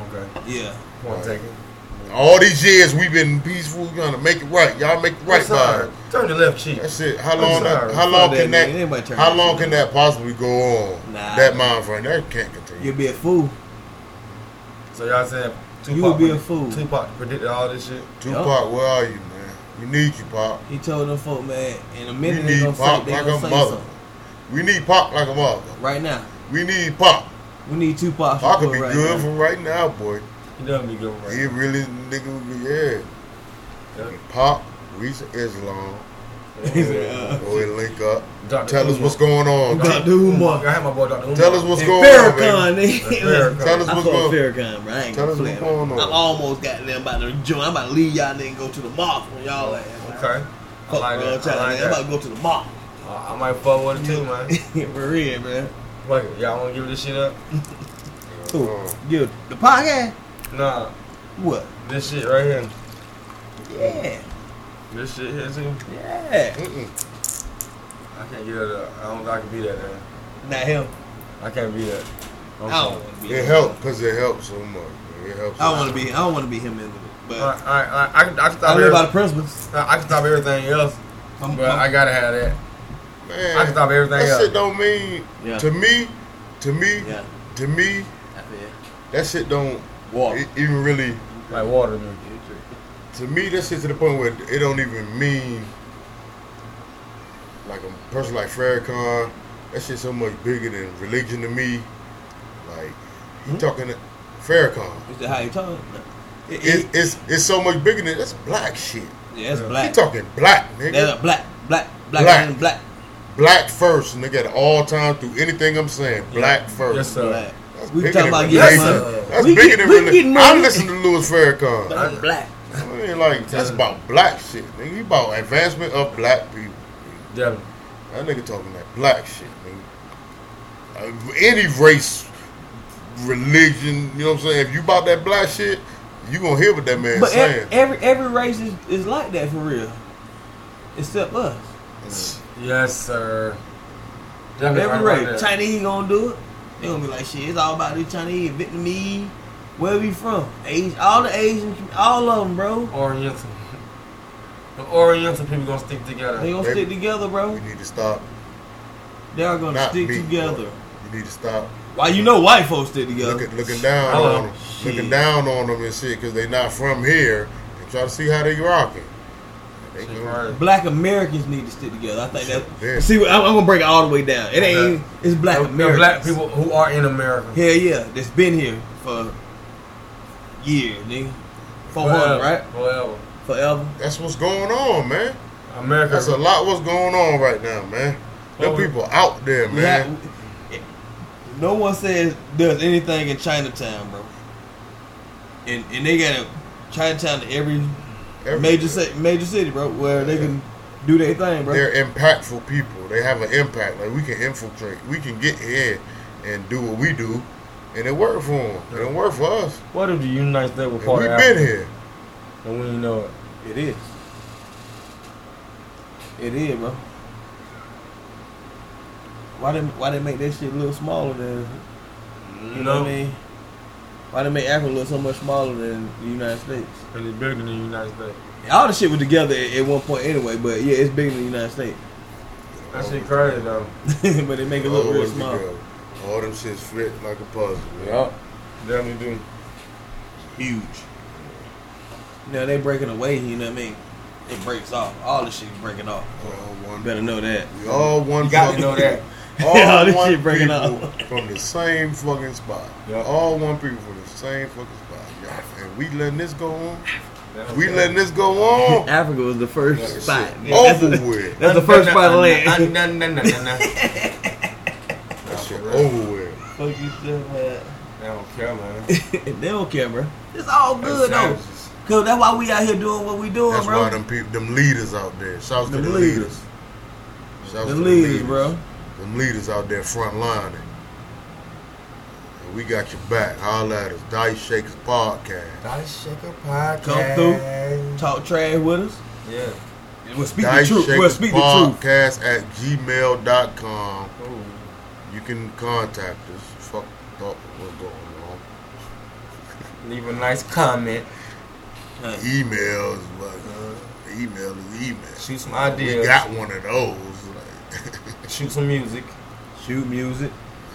S2: Okay.
S3: Yeah.
S2: Point taken.
S1: All these years we've been peaceful, trying to make it right. Y'all make it right by it.
S2: Turn your left cheek.
S1: That's it. How
S2: I'm
S1: long? That,
S2: sorry.
S1: how long
S3: Fuck
S1: can
S3: that,
S1: that?
S3: man. Anybody turn
S1: How
S3: that
S1: long
S3: shit
S1: can that possibly go on?
S3: Nah.
S1: That mind frame that can't continue.
S3: You'll be a fool.
S2: So y'all saying Tupac
S3: You would be a
S2: predict-
S3: fool.
S2: Tupac predicted all this shit.
S1: Tupac, where are you, man? We need you, Pop.
S3: He told them folk, man, in a
S1: We
S3: minute they
S1: need
S3: gonna say,
S1: Pop
S3: they
S1: like
S3: gonna
S1: a
S3: say
S1: mother.
S3: something.
S1: We need Pop like a mother.
S3: Right now,
S1: We need
S3: [LAUGHS]
S1: Pop.
S3: we need Tupac.
S1: Pop could
S3: Shakur
S1: be
S3: right
S1: good
S3: now.
S1: for right now, boy.
S2: He doesn't be good
S1: He really nigga would be yeah.
S2: Yeah.
S1: Pop, reach
S3: [LAUGHS]
S1: Islam,
S3: He
S1: [LAUGHS]
S3: said,
S1: go and link up.
S2: Dr.
S1: Tell us what's going on.
S3: [LAUGHS] Dr. Umar.
S2: I had my boy Dr. Umar.
S1: Tell us what's
S2: [LAUGHS]
S3: And
S1: going on,
S3: Farrakhan,
S1: baby.
S3: nigga.
S1: Tell us
S3: [LAUGHS] I
S1: what's
S3: call
S1: going on.
S3: Farrakhan, bro. I ain't
S1: Tell
S3: gonna
S1: us
S3: play.
S1: what's going on.
S3: I'm almost got them about to join. I'm about to leave y'all nigga and go to the mall for y'all ass.
S2: Okay.
S3: Fuck,
S2: I like
S3: bro.
S2: that. I like
S3: I'm
S2: that.
S3: about to go to
S2: [LAUGHS]
S3: the mall.
S2: I I might fuck with it too, man.
S3: [LAUGHS] for real, man.
S2: Wait, y'all wanna give this shit up?
S3: Who? You. The podcast?
S2: Nah,
S3: What?
S2: this shit right here.
S3: Yeah.
S2: This shit here too.
S3: Yeah.
S1: Mm-mm.
S2: I can't get it up. I don't. I can be that. Man.
S3: Not him.
S2: I can't be that. I'm sorry.
S3: I don't want to be
S1: It
S3: him.
S1: helps because it helps so much. man. It helps.
S3: I don't want to be. I don't want to be him in it. But
S2: All right, all right, all right. I, can, I can
S3: I
S2: stop.
S3: live by the
S2: every-
S3: principles.
S2: I I can stop everything else,
S3: I'm,
S2: but I
S3: I'm,
S2: gotta have that.
S1: Man,
S2: I can stop everything
S1: that
S2: else.
S1: shit don't mean
S3: yeah.
S1: to me. To me.
S3: Yeah.
S1: To me.
S3: I feel.
S1: That shit don't
S3: Walk.
S1: e- even really.
S2: Like water, man.
S1: To me, that shit to the point where it don't even mean. Like a person like Farrakhan, that shit so much bigger than religion to me. Like he
S3: Hmm?
S1: talking to Farrakhan.
S3: Is that how you talk? It,
S1: It, it's it's so much bigger than that's black shit.
S3: yeah, that's
S1: He
S3: black.
S1: talking black nigga.
S3: That's a black, black, black,
S1: Black.
S3: black, black,
S1: Black first, nigga, at all time through anything I'm saying. Black first.
S2: Yes, sir.
S3: black.
S1: That's
S3: We
S1: bigger
S3: talking
S1: than
S3: about
S1: religion.
S3: getting
S2: That's,
S3: money.
S1: That's
S3: We
S1: bigger
S3: get-
S1: than
S3: we
S1: religion.
S3: getting
S1: I'm
S3: money.
S1: listening to Louis Farrakhan.
S3: But I'm black.
S1: I mean, like that's about black shit. Nigga, he about advancement of black people.
S2: Devin.
S1: That nigga talking that black shit. Nigga. Uh, any race, religion, you know what I'm saying? If you about that black shit, you gonna hear what that man
S3: But
S1: saying.
S3: ev- every every race is, is like that for real, except us.
S1: Mm.
S2: Yes, sir. Devin,
S3: Every
S2: right
S3: race,
S2: there.
S3: Chinese gonna do it. They gonna be like, shit, it's all about the Chinese, Vietnamese, wherever you from, Asian, all the Asian, com- all of them, bro.
S2: Oriental. The Oriental people gonna stick together.
S3: They gonna
S1: They-
S3: stick together, bro.
S1: we need to stop.
S3: They are gonna
S1: Not
S3: stick
S1: me,
S3: together.
S1: bro. You need to stop
S3: Why you know white folks stick together?
S1: looking looking down
S2: Hello.
S1: on them, looking
S3: Shit.
S1: down on them and shit because they not from here. And try to see how they rocking. They
S2: Shit,
S1: gonna-
S2: right.
S3: Black Americans need to stick together. I think that.
S1: Yeah.
S3: See, I'm, I'm gonna break it all the way down. It ain't. even- It's black
S2: The- the
S3: Americans.
S2: black people who are in America.
S3: Hell yeah, that's been here for years, nigga. Four
S2: Forever.
S3: hundred, right?
S2: Forever.
S3: Forever.
S1: That's what's going on, man.
S2: America.
S1: That's a lot. What's going on right now, man? Them
S2: Oh,
S1: people out there,
S3: We have-
S1: man.
S3: no one says does anything in Chinatown, bro. And and they got a Chinatown to every
S1: Every-
S3: major ci- major city, bro, where they can do their thing, bro.
S1: They're impactful people. They have an impact. Like we can infiltrate. We can get here and do what we do, and it worked for them. It don't work for us.
S2: What if the United States were
S1: And
S2: part
S1: we've
S2: of Africa?
S1: been here.
S2: And we ain't know it.
S3: It is. It is, bro. Why they why they make that shit look smaller than You know what Mm-hmm. I mean? Why they make Africa look so much smaller than the United States?
S2: Because it's bigger than the United States.
S3: All the shit was together at, at one point anyway, but yeah, it's bigger than the United States. [LAUGHS]
S2: That shit crazy though.
S3: but they make Oh, it look
S1: All
S3: real
S1: them
S3: small.
S1: together. All them shits fit like a puzzle. man.
S2: Definitely do.
S5: Huge.
S3: Now they breaking away, you know what I mean? It breaks off. All the shit's breaking off.
S1: We all
S3: You
S1: one.
S3: better know that.
S1: We all one.
S2: You got
S1: fucking-
S2: to know [LAUGHS] that.
S1: All
S3: Yeah, this
S1: one
S3: shit breaking
S1: people from the same fucking spot.
S2: Yeah.
S1: All one people from the same fucking spot. Y'all. And we letting this go on. [LAUGHS]
S2: That's
S1: We
S2: okay.
S1: letting this go
S3: [LAUGHS]
S1: on.
S3: Africa was the first
S1: Like, shit,
S3: spot. That's
S1: Over
S3: the-
S1: with.
S3: That's the first spot of
S2: Nah,
S3: land.
S2: nah, nah, nah, nah, nah.
S3: [LAUGHS]
S1: That shit over with.
S3: Oh. Fuck you, man.
S2: They don't care, man. [LAUGHS]
S3: they don't care, bro. It's all good though.
S2: Savages.
S3: Cause that's why we out here doing what we doing,
S1: That's
S3: bro.
S1: why them people, them leaders out there. Shouts to
S3: Them
S1: the
S3: leaders.
S1: leaders. Shouts
S3: the
S1: to
S3: leaders, bro.
S1: Them leaders out there front lining. And we got your back. Holla at us. Dice Shakers Podcast.
S2: Dolly Shaker podcast.
S3: Come through. Talk trash with us.
S2: Yeah.
S3: We'll speak
S1: Dice
S3: the truth.
S1: Shakers
S3: We'll speak the truth.
S1: Podcast at gmail.com.
S2: Ooh.
S1: You can contact us. Fuck up what's going on.
S2: Leave a nice comment.
S1: Emails, but uh, email is email.
S2: Shoot some
S1: We
S2: ideas.
S1: got one of those. Like, [LAUGHS]
S2: Shoot some music.
S3: Shoot music.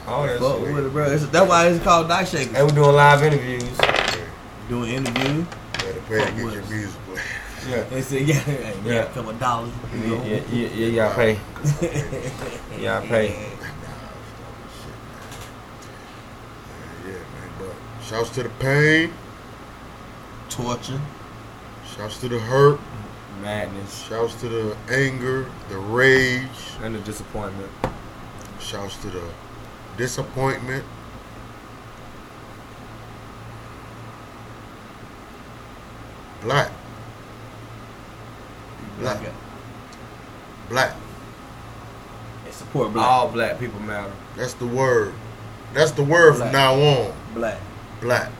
S2: All that
S3: Fuck
S2: shit.
S3: with it, bro. It's- that's why it's called Dice
S2: And
S3: Shakers.
S2: we're doing live interviews.
S3: Doing interviews.
S1: better pay to get your
S3: with us.
S1: music. [LAUGHS] played.
S2: Yeah.
S3: They said, [LAUGHS] yeah, hey, yeah,
S2: Yeah.
S3: a couple dollars. You know? [LAUGHS]
S2: Yeah, yeah, yeah, y'all pay. Y'all pay.
S1: Yeah, man. But shouts to the pain.
S3: Torture.
S1: Shouts to the hurt.
S2: Madness.
S1: Shouts to the anger, the rage.
S2: And the disappointment.
S1: Shouts to the disappointment. Black, black,
S3: Like,
S1: black.
S3: and support black.
S2: All black people matter.
S1: That's the word. That's the word
S3: Black.
S1: from now on.
S3: black.
S1: Black.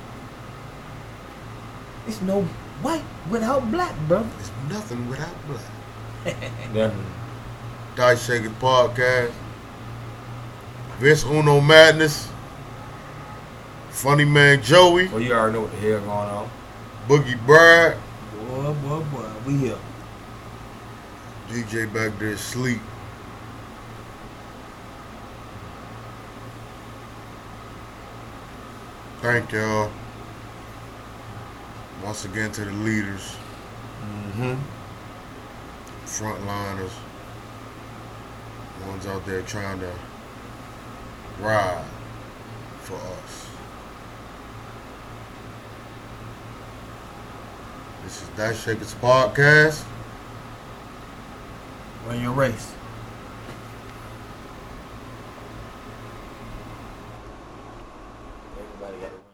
S3: It's no white without black, bro.
S1: It's nothing without black.
S2: Definitely.
S1: Dice Shakers Podcast. Vince Uno Madness. Funny Man Joey.
S2: Well, you already know what the hell going on.
S1: Boogie Brad.
S3: Boy, boy, boy. We here.
S1: DJ back there sleep. Thank y'all. Once again to the leaders,
S2: Mm-hmm.
S1: frontliners, ones out there trying to ride for us. This is That Shakers Podcast.
S3: Run your race. Everybody got to run.